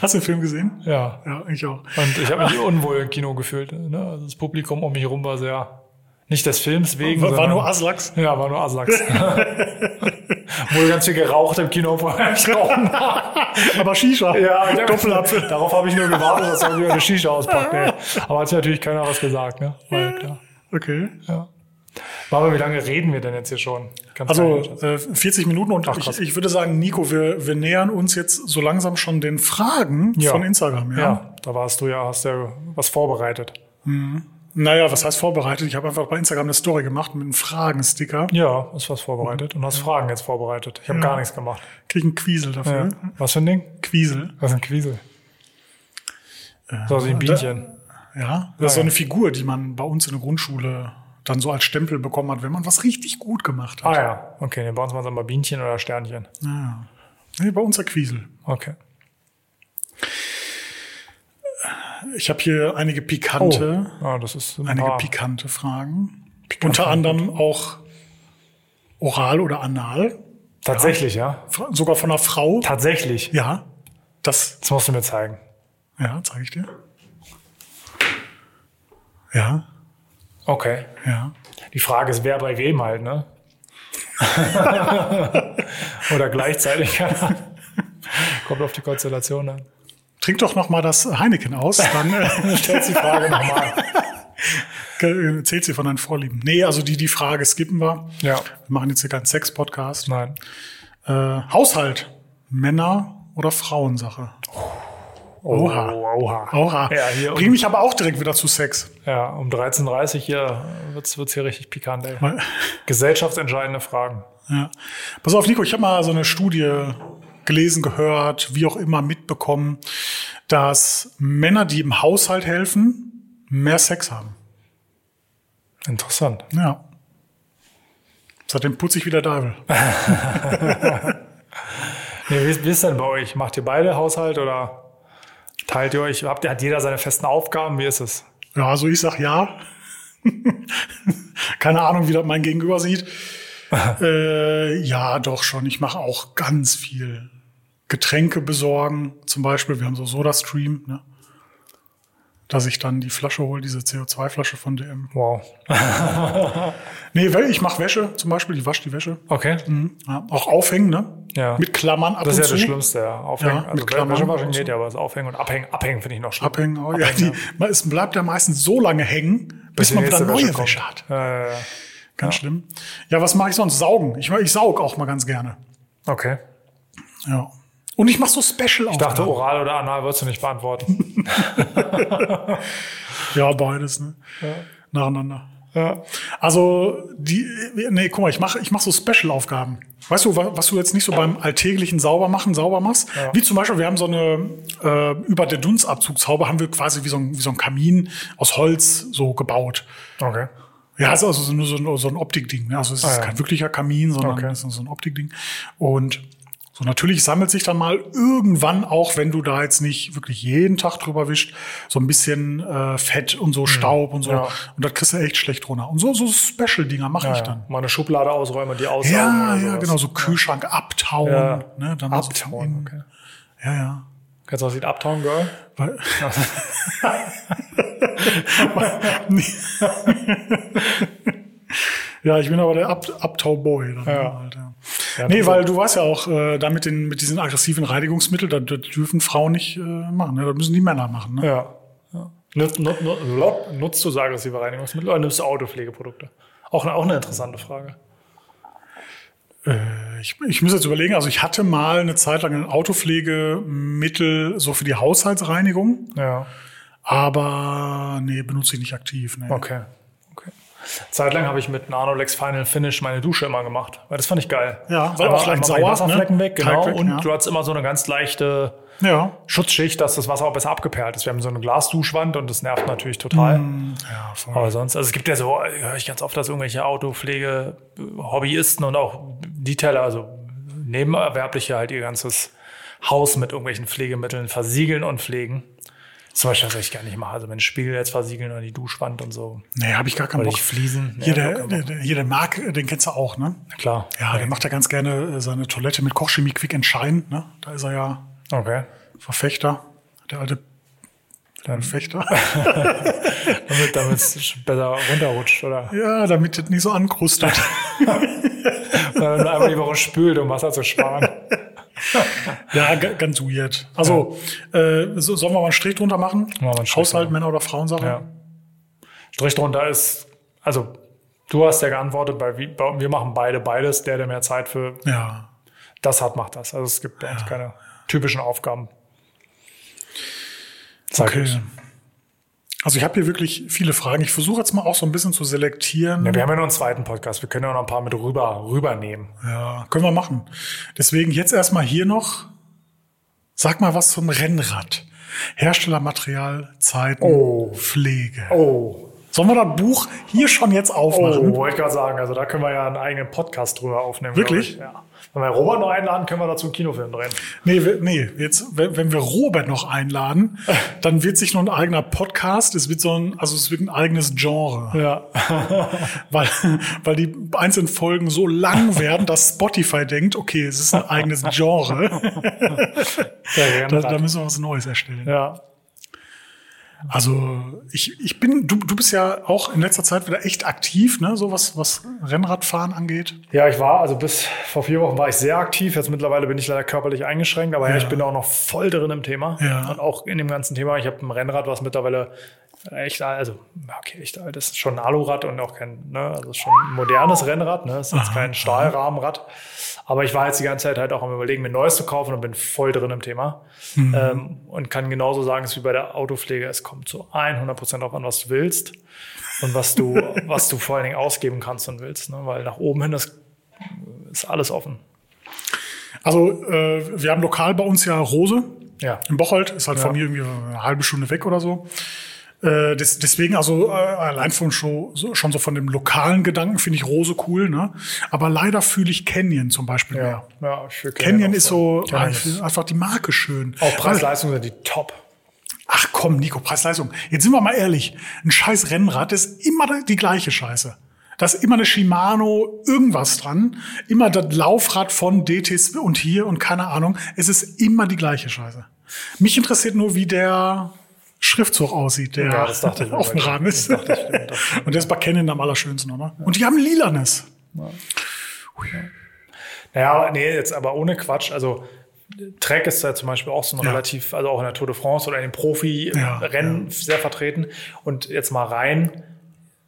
Hast du den Film gesehen?
ja.
Ja, ich auch.
Und ich habe
*laughs*
mich unwohl im Kino gefühlt. Ne? Also das Publikum um mich herum war sehr, nicht des Films wegen.
War, war
sondern-
nur Aslaks.
Ja, war nur Aslaks. *laughs* Wurde ganz viel geraucht im Kino *laughs* vorher. Ich rauchen.
Aber Shisha.
ja, Doppelapfel. Darauf habe ich nur gewartet, dass er wieder eine Shisha auspackt. Ey. Aber hat sich natürlich keiner was gesagt. Ne? War ja klar.
Okay.
Aber wie lange reden wir denn jetzt hier schon? Kannst
Also
du-
äh, 40 Minuten und ich,
krass.
ich würde sagen, Nico, wir, wir nähern uns jetzt so langsam schon den Fragen
Ja.
von Instagram. Ja?
ja, da warst du ja, hast ja was vorbereitet.
Naja, was heißt vorbereitet? Ich habe einfach bei Instagram eine Story gemacht mit einem Fragensticker.
Ja, ist was vorbereitet und hast Fragen jetzt vorbereitet. Ich habe gar nichts gemacht.
Krieg einen Quiesel dafür.
Ja. Was für ein Ding?
Quiesel.
Was Mhm. ein Quiesel. Äh, So aus wie ein Bienchen.
Ja. Das ist so eine Figur, die man bei uns in der Grundschule dann so als Stempel bekommen hat, wenn man was richtig gut gemacht hat.
Ah ja, okay, dann bei uns waren es mal Bienchen oder Sternchen.
Ja. Nee, bei uns der Quiesel.
Okay.
Ich habe hier einige pikante,
Ah, das ist ein
einige
paar.
pikante Fragen. Unter anderem auch oral oder anal.
Tatsächlich, ja.
Fra- Sogar von einer Frau.
Tatsächlich.
Ja. Das,
Das musst du mir zeigen.
ja, zeige ich dir. Ja,
Okay.
ja.
Die Frage ist, wer bei wem halt, *laughs* ne? oder gleichzeitig. *laughs* Kommt auf die Konstellation an.
Trink doch noch mal das Heineken aus,
*laughs*
dann äh,
Stellst die Frage nochmal.
*laughs* ge- äh, zählt sie von deinen Vorlieben. Nee, also die, die Frage skippen wir.
Ja.
Wir machen jetzt hier keinen Sex-Podcast.
Nein.
Äh, Haushalt. Männer- oder Frauensache? Oha.
Oh, oha.
Oha.
Ja, hier um
Bring mich aber auch direkt wieder zu Sex.
ja, um 13.30 Uhr hier wird's, wird's hier richtig pikant, ey.
Mal-
Gesellschaftsentscheidende Fragen.
Ja. Pass auf, Nico, ich habe mal so eine Studie gelesen, gehört, wie auch immer mitbekommen, dass Männer, die im Haushalt helfen, mehr Sex haben.
Interessant.
Ja. Seitdem putze ich wieder Dabel.
nee, wie, wie ist denn bei euch? Macht ihr beide Haushalt oder teilt ihr euch? Habt, ihr- hat jeder seine festen Aufgaben? Wie ist es?
Ja, also ich sag ja. *laughs* Keine Ahnung, wie das mein Gegenüber sieht. äh, ja, doch schon. Ich mache auch ganz viel. Getränke besorgen, zum Beispiel. Wir haben so Soda-Stream, ne? Dass ich dann die Flasche hole, diese CO2-Flasche von DM.
Wow.
Nee, weil ich mache Wäsche zum Beispiel, ich wasche die Wäsche.
Okay.
Mhm. Ja, auch aufhängen, ne?
Ja.
Mit Klammern ab
Das
und
ist ja das
zu.
Schlimmste, ja. Aufhängen.
Ja,
also,
mit Klammern
Wäsche waschen
und so.
geht ja, aber das Aufhängen und Abhängen, Abhängen finde ich noch schlimm.
Abhängen, auch, ja, die, man- Es bleibt ja meistens so lange hängen, bis,
die
man wieder
nächste
neue
kommt.
Wäsche hat.
Ja, ja, ja.
Ganz schlimm. Ja, was mache ich sonst? Saugen. Ich, ich saug auch mal ganz gerne.
Okay.
Ja. Und ich mache so Special
Ich dachte, oral oder anal würdest du nicht
*laughs*
beantworten.
Ja, beides, ne? Nacheinander.
ja.
Also, die, nee, guck mal, ich mache ich mach so Special-Aufgaben. Weißt du, wa- was du jetzt nicht so beim alltäglichen Saubermachen sauber machst? Wie zum Beispiel, wir haben so eine, äh, über der Dunstabzugshaube haben wir quasi wie so, ein, wie so ein Kamin aus Holz so gebaut.
Okay.
Ja, ist also so- nur so, ein- so ein Optikding. ne? Also es ist
Ah, ja.
kein wirklicher Kamin, sondern
Okay.
es ist so ein Optikding. Und so natürlich sammelt sich dann mal irgendwann, auch wenn du da jetzt nicht wirklich jeden Tag drüber wischst, so ein bisschen äh, Fett und so Staub und so.
Hm. Ja.
Und das kriegst du echt schlecht runter. Und so, so Special-Dinger mache ich dann.
Mal eine Schublade ausräumen, die aussaugen.
Ja,
oder
ja,
sowas.
genau. So Kühlschrank abtauen.
Ja.
Ne? Dann so von
Abtauen,
innen.
okay.
Ja, ja.
Kennst du das Lied Uptown Girl?
Weil- Nee. ja, ich bin aber der Ab Abtauboy. Dann
Ja.
Halt, ja.
Ja,
nee,
das-
weil du weißt ja auch, äh, da mit, den, mit diesen aggressiven Reinigungsmitteln, da, da dürfen Frauen nicht äh, machen. Ne? Da müssen die Männer machen. Ne?
Ja. Nutzt, nut, nut, lop- nutzt du so aggressive Reinigungsmittel oder nimmst du Autopflegeprodukte? Auch, eine- auch eine interessante Frage.
Äh, Ich, ich muss jetzt überlegen, also ich hatte mal eine Zeit lang ein Autopflegemittel so für die Haushaltsreinigung,
Ja.
aber nee, benutze ich nicht aktiv. ne? Nee.
Okay. okay. Zeitlang habe ich mit Nanolex Final Finish meine Dusche immer gemacht, weil das fand ich geil.
Ja, weil
Einmal-
auch leicht
einmal die
sauer,
Wasserflecken
ne?
weg, genau.
Kalk weg,
und
ja.
du hattest immer so eine ganz leichte
Ja.
Schutzschicht, dass das Wasser auch besser abgeperlt ist. Wir haben so eine Glasduschwand und das nervt natürlich total.
Mm, Ja, voll.
Aber sonst, also es gibt ja so, höre ich ganz oft, dass irgendwelche Autopflege-Hobbyisten und auch Detailer, also Nebenerwerbliche, halt ihr ganzes Haus mit irgendwelchen Pflegemitteln versiegeln und pflegen. Zum Beispiel, was ich gar nicht mache. Also wenn Spiegel jetzt versiegeln oder die Duschwand und so.
Nee, habe ich gar keinen
Oder
Bock.
die Fliesen. Nee,
Hier,
hab ich
der,
keinen
der, der, hier der Marc, den kennst du auch, ne?
Klar.
Ja, der macht ja ganz gerne äh, seine Toilette mit Kochchemie Quick and Shine. Ne? Da ist er ja
Okay.
Verfechter, der alte
*laughs*
Verfechter.
Damit damit *laughs* es besser runterrutscht, oder?
ja, damit das nicht so ankrustet.
Wenn man einmal die Woche spült, um Wasser zu *laughs* sparen.
ja, ga- ganz weird. Also, äh, so, sollen wir mal einen Strich drunter machen?
wir einen Strich
Haushalt,
drunter.
Männer- oder Frauensache?
Ja. Strich drunter ist, also du hast ja geantwortet, bei, wie- bei, wir machen beide beides. Der, der mehr Zeit für
ja.
das hat, macht das. Also es gibt bei uns keine typischen Aufgaben. Sag
Okay.
ich.
Also ich habe hier wirklich viele Fragen. Ich versuche jetzt mal auch so ein bisschen zu selektieren.
Ja, wir haben ja noch einen zweiten Podcast. Wir können ja noch ein paar mit rüber rübernehmen.
Ja, können wir machen. Deswegen jetzt erstmal hier noch. Sag mal was zum Rennrad. Herstellermaterial, Zeiten,
Oh.
Pflege.
Oh,
Sollen wir das Buch hier schon jetzt aufmachen?
oh wollte ich gerade sagen. Also da können wir ja einen eigenen Podcast drüber aufnehmen.
Wirklich?
glaub Ich. Ja. Wenn wir Robert noch einladen, können wir dazu einen Kinofilm drehen.
Nee, wir- nee, jetzt, wenn wenn wir Robert noch einladen, dann wird sich noch ein eigener Podcast, es wird so ein, also es wird ein eigenes Genre.
Ja.
Weil, weil die einzelnen Folgen so lang werden, dass Spotify denkt, okay, es ist ein eigenes
*laughs*
Genre. Da, da müssen wir was Neues erstellen.
ja.
Also ich, ich bin, du, du bist ja auch in letzter Zeit wieder echt aktiv, ne? So was, was Rennradfahren angeht.
Ja, ich war, also bis vor vier Wochen war ich sehr aktiv. Jetzt mittlerweile bin ich leider körperlich eingeschränkt, aber ja, ich bin auch noch voll drin im Thema.
Ja.
Und auch in dem ganzen Thema. Ich habe ein Rennrad, was mittlerweile echt, alt- also, okay, echt alt ist. Schon ein Alurad und auch kein, ne, also schon ein modernes Rennrad, ne. Ist jetzt kein Stahlrahmenrad. Aber ich war jetzt die ganze Zeit halt auch am Überlegen, mir ein neues zu kaufen und bin voll drin im Thema.
Mhm.
Ähm, und kann genauso sagen, es ist wie bei der Autopflege. Es kommt zu 100 Prozent darauf an, was du willst und was
*laughs*
du, was du vor allen Dingen ausgeben kannst und willst. Ne? Weil nach oben hin ist, ist alles offen.
Also äh, wir haben lokal bei uns ja Rose
Ja.
in Bocholt, ist halt von mir irgendwie eine halbe Stunde weg oder so. Äh, des, deswegen, also äh, allein von Show, so, schon so von dem lokalen Gedanken finde ich Rose cool, ne? Aber leider fühle ich Canyon zum Beispiel mehr.
ja ich will
Canyon
auch
ist
voll.
so
Ja,
ich
ist-
find einfach die Marke schön.
Auch Preis-Leistung sind die top.
Ach komm, Nico, Preis-Leistung. Jetzt sind wir mal ehrlich. Ein scheiß Rennrad ist immer die gleiche Scheiße. Da ist immer eine Shimano irgendwas dran. Immer das Laufrad von DTs und hier und keine Ahnung. Es ist immer die gleiche Scheiße. Mich interessiert nur, wie der Schriftzug aussieht, der
Ja, das dachte ich
*laughs* auf dem
mir.
Rahmen ist. und der ist bei Canon am allerschönsten, oder? Und die haben lilanes.
Naja, nee, jetzt aber ohne Quatsch. Also Trek ist da zum Beispiel auch so ein
Ja.
relativ, also auch in der Tour de France oder in den
Ja,
Profi-Rennen sehr vertreten. Und jetzt mal rein,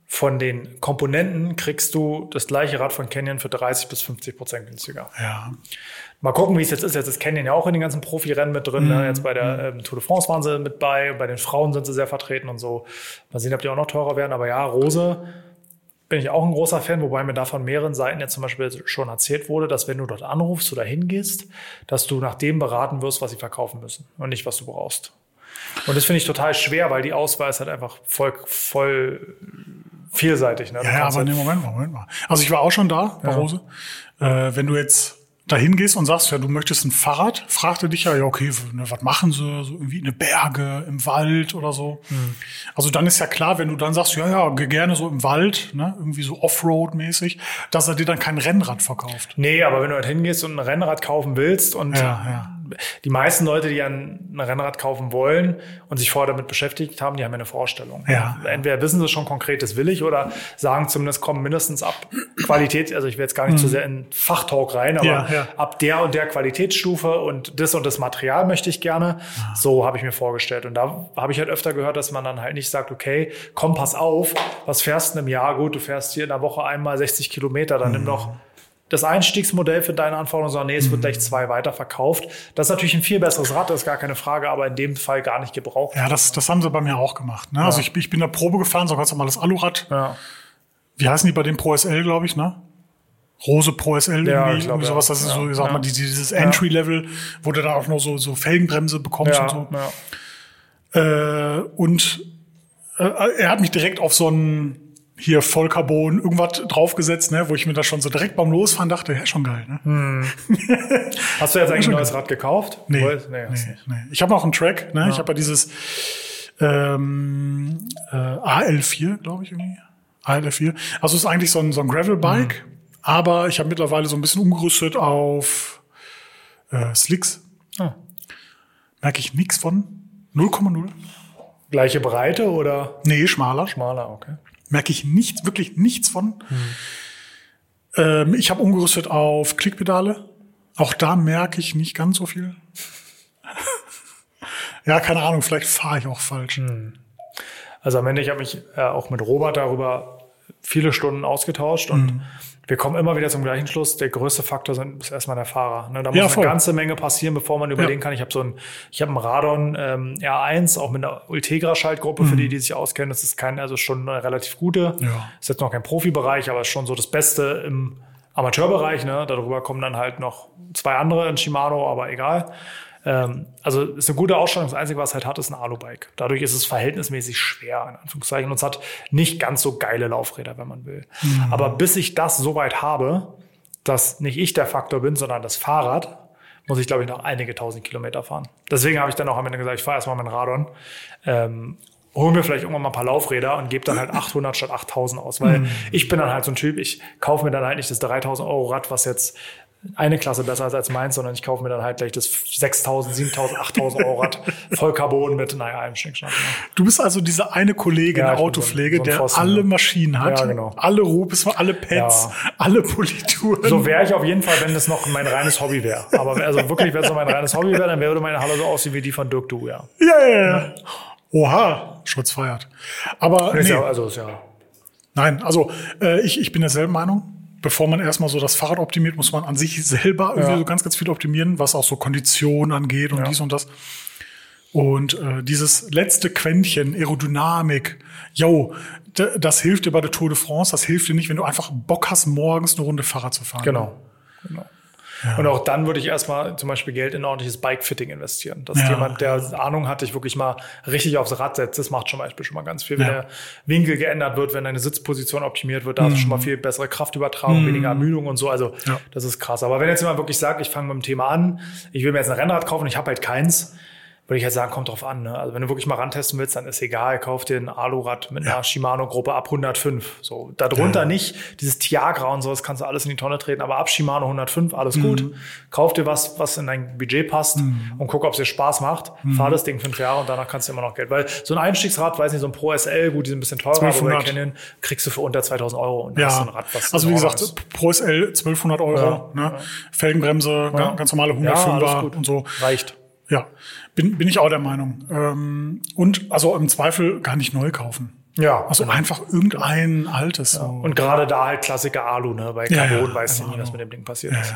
von den Komponenten kriegst du das gleiche Rad von Canyon für 30 bis 50 Prozent günstiger.
Ja.
Mal gucken, wie es jetzt ist. Jetzt ist Canyon ja auch in den ganzen Profirennen mit drin.
Mhm.
Ne? Jetzt bei der ähm, Tour de France waren sie mit bei. Bei den Frauen sind sie sehr vertreten und so. Mal sehen, ob die auch noch teurer werden. Aber ja, Rose bin ich auch ein großer Fan, wobei mir da von mehreren Seiten jetzt zum Beispiel schon erzählt wurde, dass wenn du dort anrufst oder hingehst, dass du nach dem beraten wirst, was sie verkaufen müssen und nicht, was du brauchst. Und das finde ich total schwer, weil die Auswahl ist halt einfach voll, voll vielseitig. Ne? Du
Ja, ja
kannst
aber nee,
halt-
Moment mal, Moment mal. Also ich war auch schon da, bei Rose. Äh, wenn du jetzt dahin gehst und sagst, ja, du möchtest ein Fahrrad, fragte dich ja, ja, okay, ne, was machen sie? So irgendwie in den Berge, im Wald oder so. Also dann ist ja klar, wenn du dann sagst, ja, ja, geh gerne so im Wald, ne, irgendwie so Offroad-mäßig, dass er dir dann kein Rennrad verkauft.
Nee, aber wenn du halt hingehst und ein Rennrad kaufen willst und
Ja, ja.
die meisten Leute, die ein ein Rennrad kaufen wollen und sich vorher damit beschäftigt haben, die haben ja eine Vorstellung.
Ja.
Entweder wissen sie schon konkret, das will ich oder sagen zumindest, komm, mindestens ab Qualität, also ich will jetzt gar
Mhm.
nicht zu sehr in Fachtalk rein, aber
Ja, ja.
ab der und der Qualitätsstufe und das und das Material möchte ich gerne.
Ah.
So habe ich mir vorgestellt. Und da habe ich halt öfter gehört, dass man dann halt nicht sagt, okay, komm, pass auf, was fährst du im Jahr? Gut, du fährst hier in der Woche einmal 60 Kilometer, dann
Mhm.
nimm doch das Einstiegsmodell für deine Anforderungen, sondern nee, es wird gleich zwei weiter verkauft. Das ist natürlich ein viel besseres Rad, das ist gar keine Frage, aber in dem Fall gar nicht gebraucht.
Ja, das, das haben sie bei mir auch gemacht. Ne? Also ich, ich bin da Probe gefahren, so ein ganz normales Alurad.
Ja.
Wie heißen die bei dem Pro SL, glaube ich, ne? Rose Pro SL
Ja,
irgendwie,
ich glaub,
irgendwie sowas,
ja.
das ist
Ja,
so, ich sag
ja.
mal, die, dieses Entry-Level, wo du dann auch noch so, so Felgenbremse bekommst
Ja,
und so.
ja.
Äh, und äh, er hat mich direkt auf so ein hier Vollcarbon irgendwas draufgesetzt, ne, wo ich mir das schon so direkt beim Losfahren dachte, ja, schon geil, ne?
Hast du jetzt eigentlich ein neues Rad gekauft?
Nee,
Du
nee,
wolltest-
nee,
hast nicht.
Ich habe auch einen Track, ne? Ich habe ja dieses ähm, äh, AL4, glaube ich irgendwie. AL4. Also es ist eigentlich so ein, so ein Gravelbike, aber ich habe mittlerweile so ein bisschen umgerüstet auf äh, Slicks.
Ah.
Merke ich nichts von. 0,0.
Gleiche Breite oder
Nee, schmaler.
schmaler, okay.
Merke ich nichts, wirklich nichts von. Ähm, ich habe umgerüstet auf Klickpedale. Auch da merke ich nicht ganz so viel. *laughs* ja, keine Ahnung, vielleicht fahre ich auch falsch.
Hm. Also am Ende, ich habe mich äh, auch mit Robert darüber viele Stunden ausgetauscht und
Mhm.
wir kommen immer wieder zum gleichen Schluss. Der größte Faktor sind, ist erstmal der Fahrer. Ne? Da muss
Ja, voll.
eine ganze Menge passieren, bevor man überlegen
Ja.
kann. Ich habe so ein, ich habe einen Radon ähm, R1, auch mit einer Ultegra-Schaltgruppe, für die, die sich auskennen. Das ist kein, also schon eine relativ gute.
Mhm. Ja.
Ist jetzt noch kein Profibereich, aber ist schon so das Beste im Amateurbereich. Ne? Darüber kommen dann halt noch zwei andere in Shimano, aber egal. Ähm, also ist eine gute Ausstattung. Das Einzige, was es halt hat, ist ein Alubike. Dadurch ist es verhältnismäßig schwer, in Anführungszeichen. Und es hat nicht ganz so geile Laufräder, wenn man will.
Mhm.
Aber bis ich das soweit habe, dass nicht ich der Faktor bin, sondern das Fahrrad, muss ich, glaube ich, noch einige tausend Kilometer fahren. Deswegen habe ich dann auch am Ende gesagt, ich fahre erstmal mein Radon, ähm, hol mir vielleicht irgendwann mal ein paar Laufräder und gebe dann halt 800 statt 8000 aus, weil ich bin dann halt so ein Typ, ich kaufe mir dann halt nicht das 3000 Euro Rad, was jetzt eine Klasse besser ist als meins, sondern ich kaufe mir dann halt gleich das 6000, 7000, 8000 Euro Rad voll Carbon mit, naja, einem Schnickschnack. Ne?
Du bist also diese eine Kollegin
Ja, ich bin
der
so ein-
Autopflege,
so ein
der
Pfosten,
alle
ne?
Maschinen hat,
Ja, genau.
alle Rupes, alle Pads, alle Polituren.
So wäre ich auf jeden Fall, wenn das noch mein reines Hobby wäre. Aber also wirklich, wenn es noch mein reines Hobby wäre, dann würde meine Halle so aussehen wie die von Dirk Du, ja.
ja, ja, ja. Oha, Schutz feiert. Aber
Ist
nee,
ja also ist ja
Nein, also äh, ich, ich bin derselben Meinung. Bevor man erstmal so das Fahrrad optimiert, muss man an sich selber irgendwie so ganz, ganz viel optimieren, was auch so Kondition angeht und dies und das. Und äh, dieses letzte Quäntchen Aerodynamik, yo, d- das hilft dir bei der Genau. Tour de France, das hilft dir nicht, wenn du einfach Bock hast, morgens eine Runde Fahrrad zu fahren.
Genau. Ja. Und auch dann würde ich erstmal zum Beispiel Geld in ein ordentliches Bike-Fitting investieren. Dass
Ja.
jemand, der Ahnung hat, dich wirklich mal richtig aufs Rad setzt, das macht zum Beispiel schon mal ganz viel. Wenn der Winkel geändert wird, wenn deine Sitzposition optimiert wird, da hast du schon mal viel bessere Kraftübertragung, weniger Ermüdung und so. Also
Mhm. Ja.
das ist krass. Aber wenn jetzt jemand wirklich sagt, ich fange mit dem Thema an, ich will mir jetzt ein Rennrad kaufen, ich habe halt keins, würde ich halt sagen, kommt drauf an. Ne? Also wenn du wirklich mal rantesten willst, dann ist egal, kauf dir ein Alurad mit einer Shimano-Gruppe ab 105. So, darunter nicht, dieses Tiagra und so, das kannst du alles in die Tonne treten, aber ab Shimano 105, alles gut.
Mhm.
Kauf dir was, was in dein Budget passt und guck, ob es dir Spaß macht.
Mhm.
Fahr das Ding fünf Jahre und danach kannst du immer noch Geld. Weil so ein Einstiegsrad, weiß nicht, so ein Pro SL, gut, die sind ein bisschen teurer, aber bei
1200.
Canyon kriegst du für unter 2000 Euro und hast
Ja,
ein Rad, was
also wie
in Ordnung
gesagt,
ist.
Pro SL 1200 Euro, ne? Felgenbremse, ga- ganz normale 105er
alles gut.
und so.
reicht.
Ja, bin, bin ich auch der Meinung. Ähm, und also im Zweifel gar nicht neu kaufen.
Ja.
Also einfach irgendein altes. so.
Und gerade da halt Klassiker Alu, ne? Bei
Ja,
Carbon
ja,
weißt du
also
nie, was mit dem Ding passiert ist.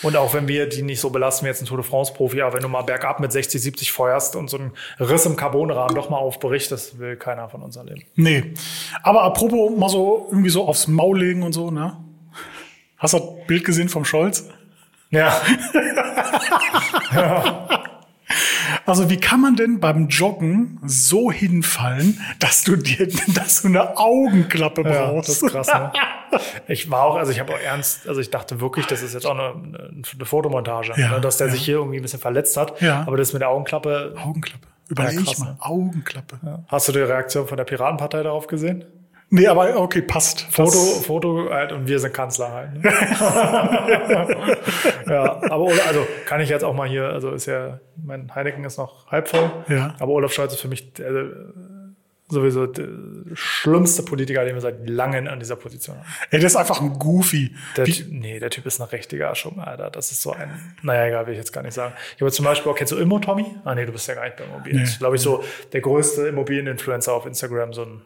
Und auch wenn wir die nicht so belasten, wie jetzt ein Tour de France-Profi, aber wenn du mal bergab mit 60, 70 feuerst und so einen Riss im Carbonrahmen doch mal aufbricht, das will keiner von uns erleben.
Nee. Aber apropos mal so irgendwie so aufs Maul legen und so, ne? Hast du das Bild gesehen vom Scholz? *laughs*
Ja,
Also wie kann man denn beim Joggen so hinfallen, dass du dir, *laughs* dass du eine Augenklappe
ja das
brauchst?
ist krass,
*laughs*
ne? Ich war auch, also ich habe auch ernst, also ich dachte wirklich, das ist jetzt auch eine, eine Fotomontage,
Ja,
ne? dass der
ja.
sich hier irgendwie ein bisschen verletzt hat.
Ja.
Aber das mit der Augenklappe,
Augenklappe. Überleg
Ja, krass,
mal,
ne?
Augenklappe.
hast du die Reaktion von der Piratenpartei darauf gesehen?
Nee, aber okay, passt.
Foto, Foto halt und wir sind Kanzler
*laughs*
halt. Ne? ja, aber Olaf, also kann ich jetzt auch mal hier, also ist ja, mein Heineken ist noch halb voll,
Ja.
aber Olaf Scholz ist für mich also, äh, sowieso der schlimmste Politiker, den wir seit langem an dieser Position haben.
Ey, der ist einfach ein Goofy.
Der,
Wie,
Ty- nee, der Typ ist ein richtiger Aschung, Alter. Das ist so ein, naja, egal, will ich jetzt gar nicht sagen. Ich habe zum Beispiel auch, kennst du Immo Tommy? Ah, nee, du bist ja gar nicht bei Immobilien.
Nee.
Das ist, glaube ich, so der größte Immobilieninfluencer auf Instagram, so ein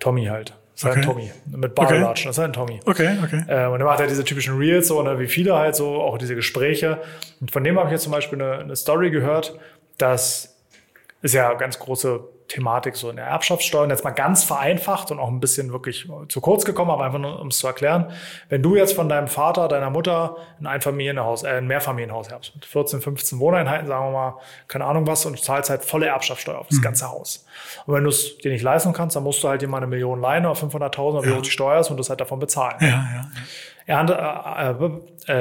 Tommy halt. Das ist halt ein
Okay.
Tommy. Mit
Okay.
Barlatschen, das ist halt ein Tommy.
okay, okay.
Äh, und er macht halt diese typischen Reels, so, ne, wie viele halt so, auch diese Gespräche. Und von dem habe ich jetzt zum Beispiel eine, eine Story gehört, das ist ja eine ganz große Thematik so in der Erbschaftssteuer. Und jetzt mal ganz vereinfacht und auch ein bisschen wirklich zu kurz gekommen, aber einfach nur, um es zu erklären. Wenn du jetzt von deinem Vater, deiner Mutter ein Einfamilienhaus, äh, ein Mehrfamilienhaus erbst, mit 14, 15 Wohneinheiten, sagen wir mal, keine Ahnung was, und du zahlst halt volle Erbschaftssteuer auf das ganze Haus. Und wenn du es dir nicht leisten kannst, dann musst du halt dir mal eine Million leihen oder 500.000 oder wie hoch die Steuer ist und das halt davon bezahlen.
Ja,
Ernt, äh, äh,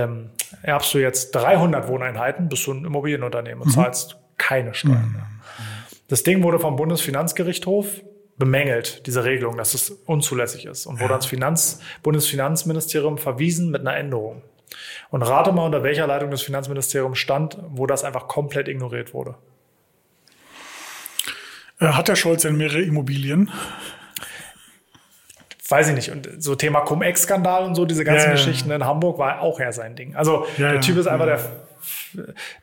ähm, erbst du jetzt 300 Wohneinheiten, bist du ein Immobilienunternehmen und zahlst keine Steuern mehr. Das Ding wurde vom Bundesfinanzgerichtshof bemängelt, diese Regelung, dass es unzulässig ist und wurde ans Finanz, Bundesfinanzministerium verwiesen mit einer Änderung. Und rate mal, unter welcher Leitung des Finanzministeriums stand, wo das einfach komplett ignoriert wurde.
ja. Äh, Hat der Scholz denn mehrere Immobilien?
weiß ich nicht, und so Thema Cum-Ex-Skandal und so, diese ganzen
Ja, ja, ja.
Geschichten in Hamburg war auch eher sein Ding. Also
Ja,
der
ja,
Typ ist einfach
ja.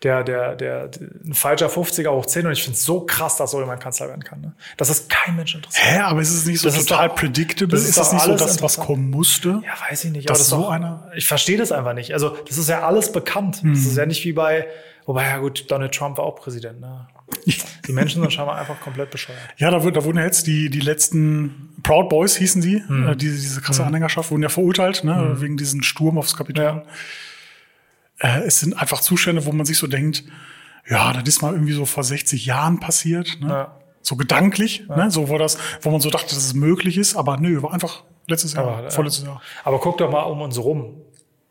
der, der, der, der ein falscher 50er hoch 10 und ich finde es so krass, dass so jemand Kanzler werden kann. Ne? Das ist kein Mensch interessiert.
Hä, aber ist es nicht so
Das ist
total
doch-
predictable?
das
ist,
ist
das
doch
nicht so
alles
das, was
interessant.
kommen musste?
Ja, weiß ich nicht.
Dass
aber das ist
so
doch,
einer- Hm.
Ich verstehe das einfach nicht. Also das ist ja alles bekannt. Das ist ja nicht wie bei, wobei ja gut, Donald Trump war auch Präsident.
*laughs*
Ne? Die Menschen sind scheinbar einfach komplett bescheuert.
Ja, da, wurden- da wurden ja jetzt die, die letzten Proud Boys hießen sie, äh, diese, diese krasse Anhängerschaft, wurden ja verurteilt, ne, wegen diesen Sturm aufs Kapitol. Äh, es sind einfach Zustände, wo man sich so denkt, ja, das ist mal irgendwie so vor 60 Jahren passiert. Ne?
Ja.
So gedanklich, ne? so wo das, wo man so dachte, dass es möglich ist, aber nö, war einfach letztes Jahr,
Aber, ja.
vorletztes Jahr.
Aber guck doch mal um uns rum.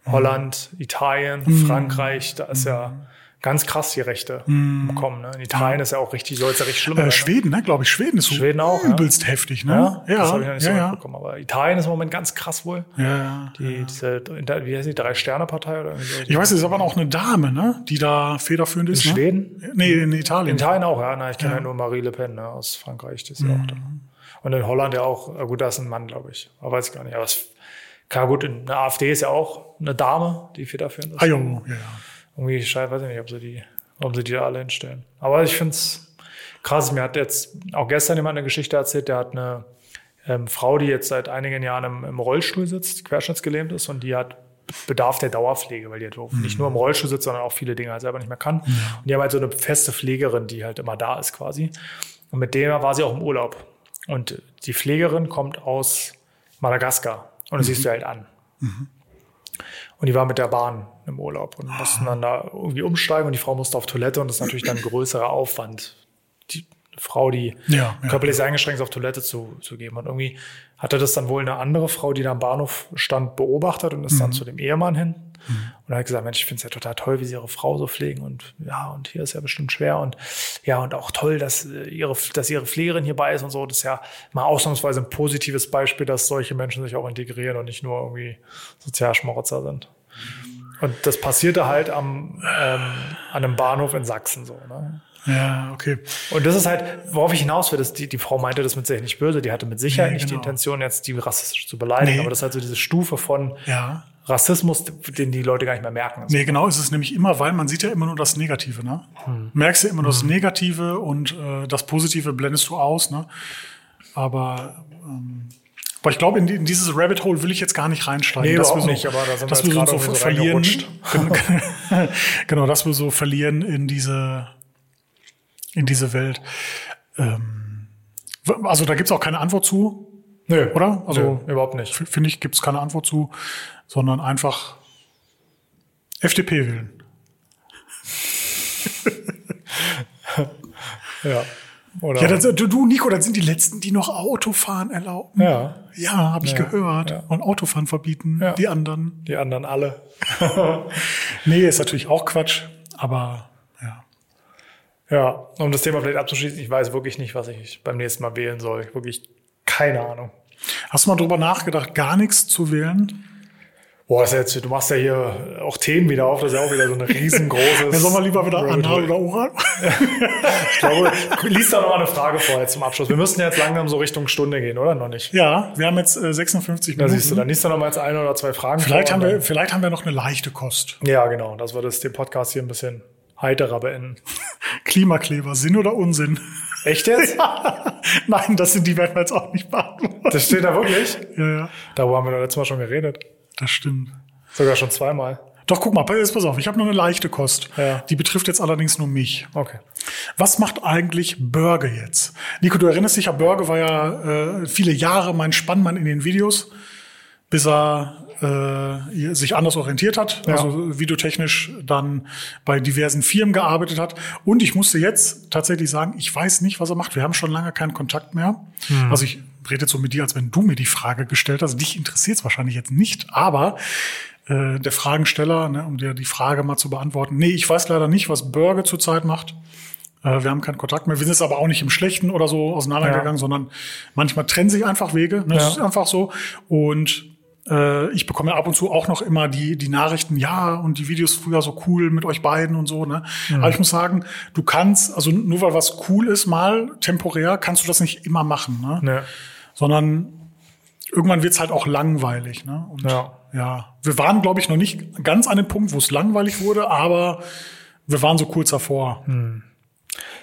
Mhm.
Holland, Italien, Frankreich, da ist ja ganz krass die Rechte im Kommen. Ne? In Italien ist ja auch richtig, soll es ja richtig schlimm
Mhm. Äh,
werden. ne?
Schweden, ne, glaube ich, Schweden ist so
Schweden auch, ja.
übelst heftig, ne?
ja, das habe ich noch nicht so
ja,
mitbekommen. Aber Italien ist im Moment ganz krass wohl.
ja, ja.
Die, diese, wie heißt die, Drei-Sterne-Partei oder irgendwie so.
Ich weiß, es ist aber auch eine Dame, ne, die da federführend ist.
In
ne?
Schweden?
Nee, in Italien.
In Italien auch, ja. Na, ich kenne ja. nur Marie Le Pen ne, aus Frankreich, die ist ja auch da.
Mhm.
Und in Holland ja auch, äh, gut, da ist ein Mann, glaube ich. Aber weiß ich gar nicht. Aber es, klar, gut, in der AfD ist ja auch eine Dame, die federführend ist.
Ah, jo, ja, ja.
irgendwie scheiße, weiß ich nicht, ob sie die, ob sie die da alle hinstellen. Aber ich finde es krass. Mir hat jetzt auch gestern jemand eine Geschichte erzählt, der hat eine ähm, Frau, die jetzt seit einigen Jahren im, im Rollstuhl sitzt, querschnittsgelähmt ist und die hat Bedarf der Dauerpflege, weil die halt nicht nur im Rollstuhl sitzt, sondern auch viele Dinge halt selber nicht mehr kann. Und die haben halt so eine feste Pflegerin, die halt immer da ist quasi. Und mit der war sie auch im Urlaub. Und die Pflegerin kommt aus Madagaskar. Und das siehst du halt an. Und Und die war mit der Bahn im Urlaub und mussten dann da irgendwie umsteigen und die Frau musste auf Toilette und das ist natürlich dann ein größerer Aufwand. Die Frau, die
Ja, ja.
körperlich sehr eingeschränkt ist, auf Toilette zu, zu geben. Und irgendwie hatte das dann wohl eine andere Frau, die da am Bahnhof stand, beobachtet und
Mhm.
ist dann zu dem Ehemann hin. Und hat gesagt, Mensch, ich finde es ja total toll, wie sie ihre Frau so pflegen und ja, und hier ist ja bestimmt schwer und ja, und auch toll, dass äh, ihre, dass ihre Pflegerin hierbei ist und so. Das ist ja mal ausnahmsweise ein positives Beispiel, dass solche Menschen sich auch integrieren und nicht nur irgendwie Sozialschmarotzer sind. Und das passierte halt am, ähm, an einem Bahnhof in Sachsen so. Ne?
Ja, okay.
Und das ist halt, worauf ich hinaus will, dass die, die Frau meinte das mit Sicherheit nicht böse, die hatte mit Sicherheit
Nee,
nicht
genau.
die Intention, jetzt die rassistisch zu beleidigen,
Nee.
aber das ist halt so diese Stufe von
Ja.
Rassismus, den die Leute gar nicht mehr merken.
Nee, genau ist es nämlich immer, weil man sieht ja immer nur das Negative, ne?
Hm.
Merkst du immer nur das Negative und äh, das Positive blendest du aus, ne? Aber, ähm, aber ich glaube, in, die- in dieses Rabbit Hole will ich jetzt gar nicht reinsteigen.
Nee,
dass
überhaupt
wir so,
nicht, aber da sind wir
dass
jetzt
wir uns so
gerade irgendwie so
verlieren.
reingerutscht.
Gen- *laughs* genau, dass wir so verlieren in diese, in diese Welt. Ähm, w- also da gibt's auch keine Antwort zu.
Nö,
Oder? Also-
Nö, überhaupt nicht.
F- Finde ich, gibt's keine Antwort zu, sondern einfach FDP wählen.
Ja. Oder?
Ja, das, du, du, Nico, das sind die letzten, die noch Autofahren erlauben.
ja.
Ja, habe ich gehört. Und Autofahren verbieten,
Ja.
die anderen.
Die anderen alle.
Nee, ist natürlich auch Quatsch, aber ja.
Ja, um das Thema vielleicht abzuschließen, ich weiß wirklich nicht, was ich beim nächsten Mal wählen soll. Ich wirklich keine Ahnung.
Hast du mal drüber nachgedacht, gar nichts zu wählen?
Boah, ist ja jetzt, du machst ja hier auch Themen wieder auf, das ist ja auch wieder so eine
*laughs*
riesengroße.
Wer soll mal lieber wieder Anna oder Oral?
Ich glaube, liest da nochmal eine Frage vor jetzt zum Abschluss. Wir müssen jetzt langsam so Richtung Stunde gehen, oder? Noch nicht.
*laughs* ja, wir haben jetzt äh, 56
Da
Minuten.
siehst du, dann liest du nochmal jetzt eine oder zwei Fragen
vielleicht,
vor
haben
und
wir, vielleicht haben wir noch eine leichte Kost.
dann- Ja, genau. Das würde es den Podcast hier ein bisschen heiterer beenden.
Klimakleber, Sinn oder Unsinn? *laughs*
Echt jetzt?
Nein, das sind die werden wir jetzt auch nicht beantworten.
Das steht da wirklich?
*laughs* Ja, ja,
Darüber haben wir doch letztes Mal schon geredet.
das stimmt.
Sogar schon zweimal.
Doch, guck mal, jetzt pass auf, ich habe noch eine leichte Kost.
Ja.
Die betrifft jetzt allerdings nur mich.
Okay.
Was macht eigentlich Burger jetzt? Nico, du erinnerst dich ja, Burger war ja äh, viele Jahre mein Spannmann in den Videos, bis er äh, sich anders orientiert hat, also videotechnisch dann bei diversen Firmen gearbeitet hat. Und ich musste jetzt tatsächlich sagen, ich weiß nicht, was er macht. Wir haben schon lange keinen Kontakt mehr. Also ich rede jetzt so mit dir, als wenn du mir die Frage gestellt hast. Dich interessiert es wahrscheinlich jetzt nicht, aber äh, der Fragensteller, ne, um dir die Frage mal zu beantworten. Nee, ich weiß leider nicht, was Burger zurzeit macht. Äh, Wir haben keinen Kontakt mehr. Wir sind jetzt aber auch nicht im Schlechten oder so auseinandergegangen,
Ja.
sondern manchmal trennen sich einfach Wege. Ne? Das ist einfach so. Und äh, ich bekomme ab und zu auch noch immer die, die Nachrichten, ja, und die Videos früher so cool mit euch beiden und so. Ne? Aber ich muss sagen, du kannst, also nur weil was cool ist, mal temporär, kannst du das nicht immer machen. Ne?
Ne.
Sondern irgendwann wird's halt auch langweilig. Ne? Und
Ja.
ja, wir waren, glaube ich, noch nicht ganz an dem Punkt, wo es langweilig wurde, aber wir waren so kurz davor.
Hm.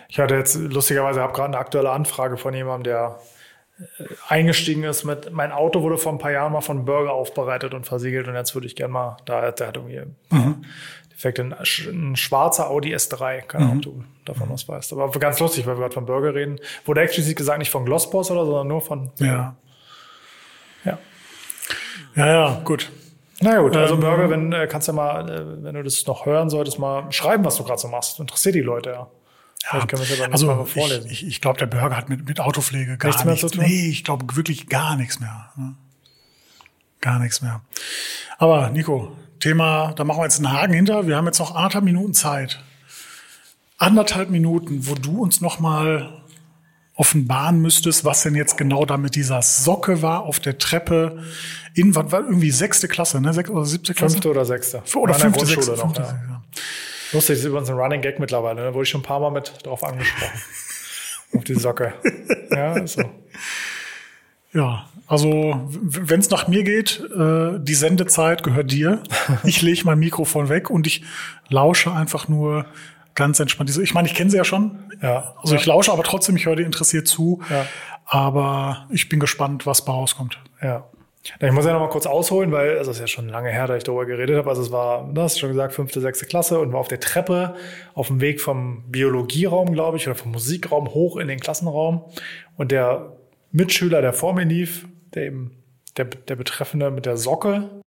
Ich hatte jetzt lustigerweise habe gerade eine aktuelle Anfrage von jemandem, der äh, eingestiegen ist mit mein Auto wurde vor ein paar Jahren mal von Burger aufbereitet und versiegelt und jetzt würde ich gerne mal da der hat irgendwie
Mhm.
defekt ein, sch- ein schwarzer Audi S3, keine Ahnung, ob
Mhm.
du davon was weißt, aber ganz lustig, weil wir gerade von Burger reden, wurde explizit gesagt nicht von Glossboss oder so, sondern nur von
Ja.
Ja.
Ja, ja, gut.
Na gut,
Ähm,
also Burger, wenn äh, kannst ja mal äh, wenn du das noch hören solltest, mal schreiben, was du gerade so machst, interessiert die Leute ja. Vielleicht können wir es ja beim nächsten Mal
Also
mal vorlesen.
ich, ich, ich glaube, der Burger hat mit, mit Autopflege gar
Nichts
nichts.
mehr zu tun?
Nee, ich glaube wirklich gar nichts mehr. ne? Gar nichts mehr. Aber Nico, Thema, da machen wir jetzt einen Haken hinter. Wir haben jetzt noch anderthalb Minuten Zeit. Anderthalb Minuten, wo du uns nochmal offenbaren müsstest, was denn jetzt genau da mit dieser Socke war auf der Treppe in, was war irgendwie sechste Klasse, ne? Sechste oder siebte Klasse?
Fünfte oder sechste?
oder
In der
fünfte,
Grundschule
sechste,
noch,
fünfte,
ja.
sechste, ja.
Lustig, das ist übrigens ein Running Gag mittlerweile. ne? Da wurde ich schon ein paar Mal mit drauf angesprochen. Auf die Socke. Ja, ist so.
Ja, also wenn es nach mir geht, äh, die Sendezeit
*laughs*
gehört dir. Ich lege mein Mikrofon weg und ich lausche einfach nur ganz entspannt. Diese- Ich meine, ich kenne sie ja schon.
Ja.
Also ich lausche, aber trotzdem, ich höre dir interessiert zu.
Ja.
Aber ich bin gespannt, was bei rauskommt.
Ja. Na, Ich muss ja noch mal kurz ausholen, weil also es ist ja schon lange her, dass ich darüber geredet habe. Also es war, du hast schon gesagt, fünfte, sechste Klasse und war auf der Treppe auf dem Weg vom Biologieraum, glaube ich, oder vom Musikraum hoch in den Klassenraum. Und der Mitschüler, der vor mir lief, der eben der, der Betreffende mit der Socke,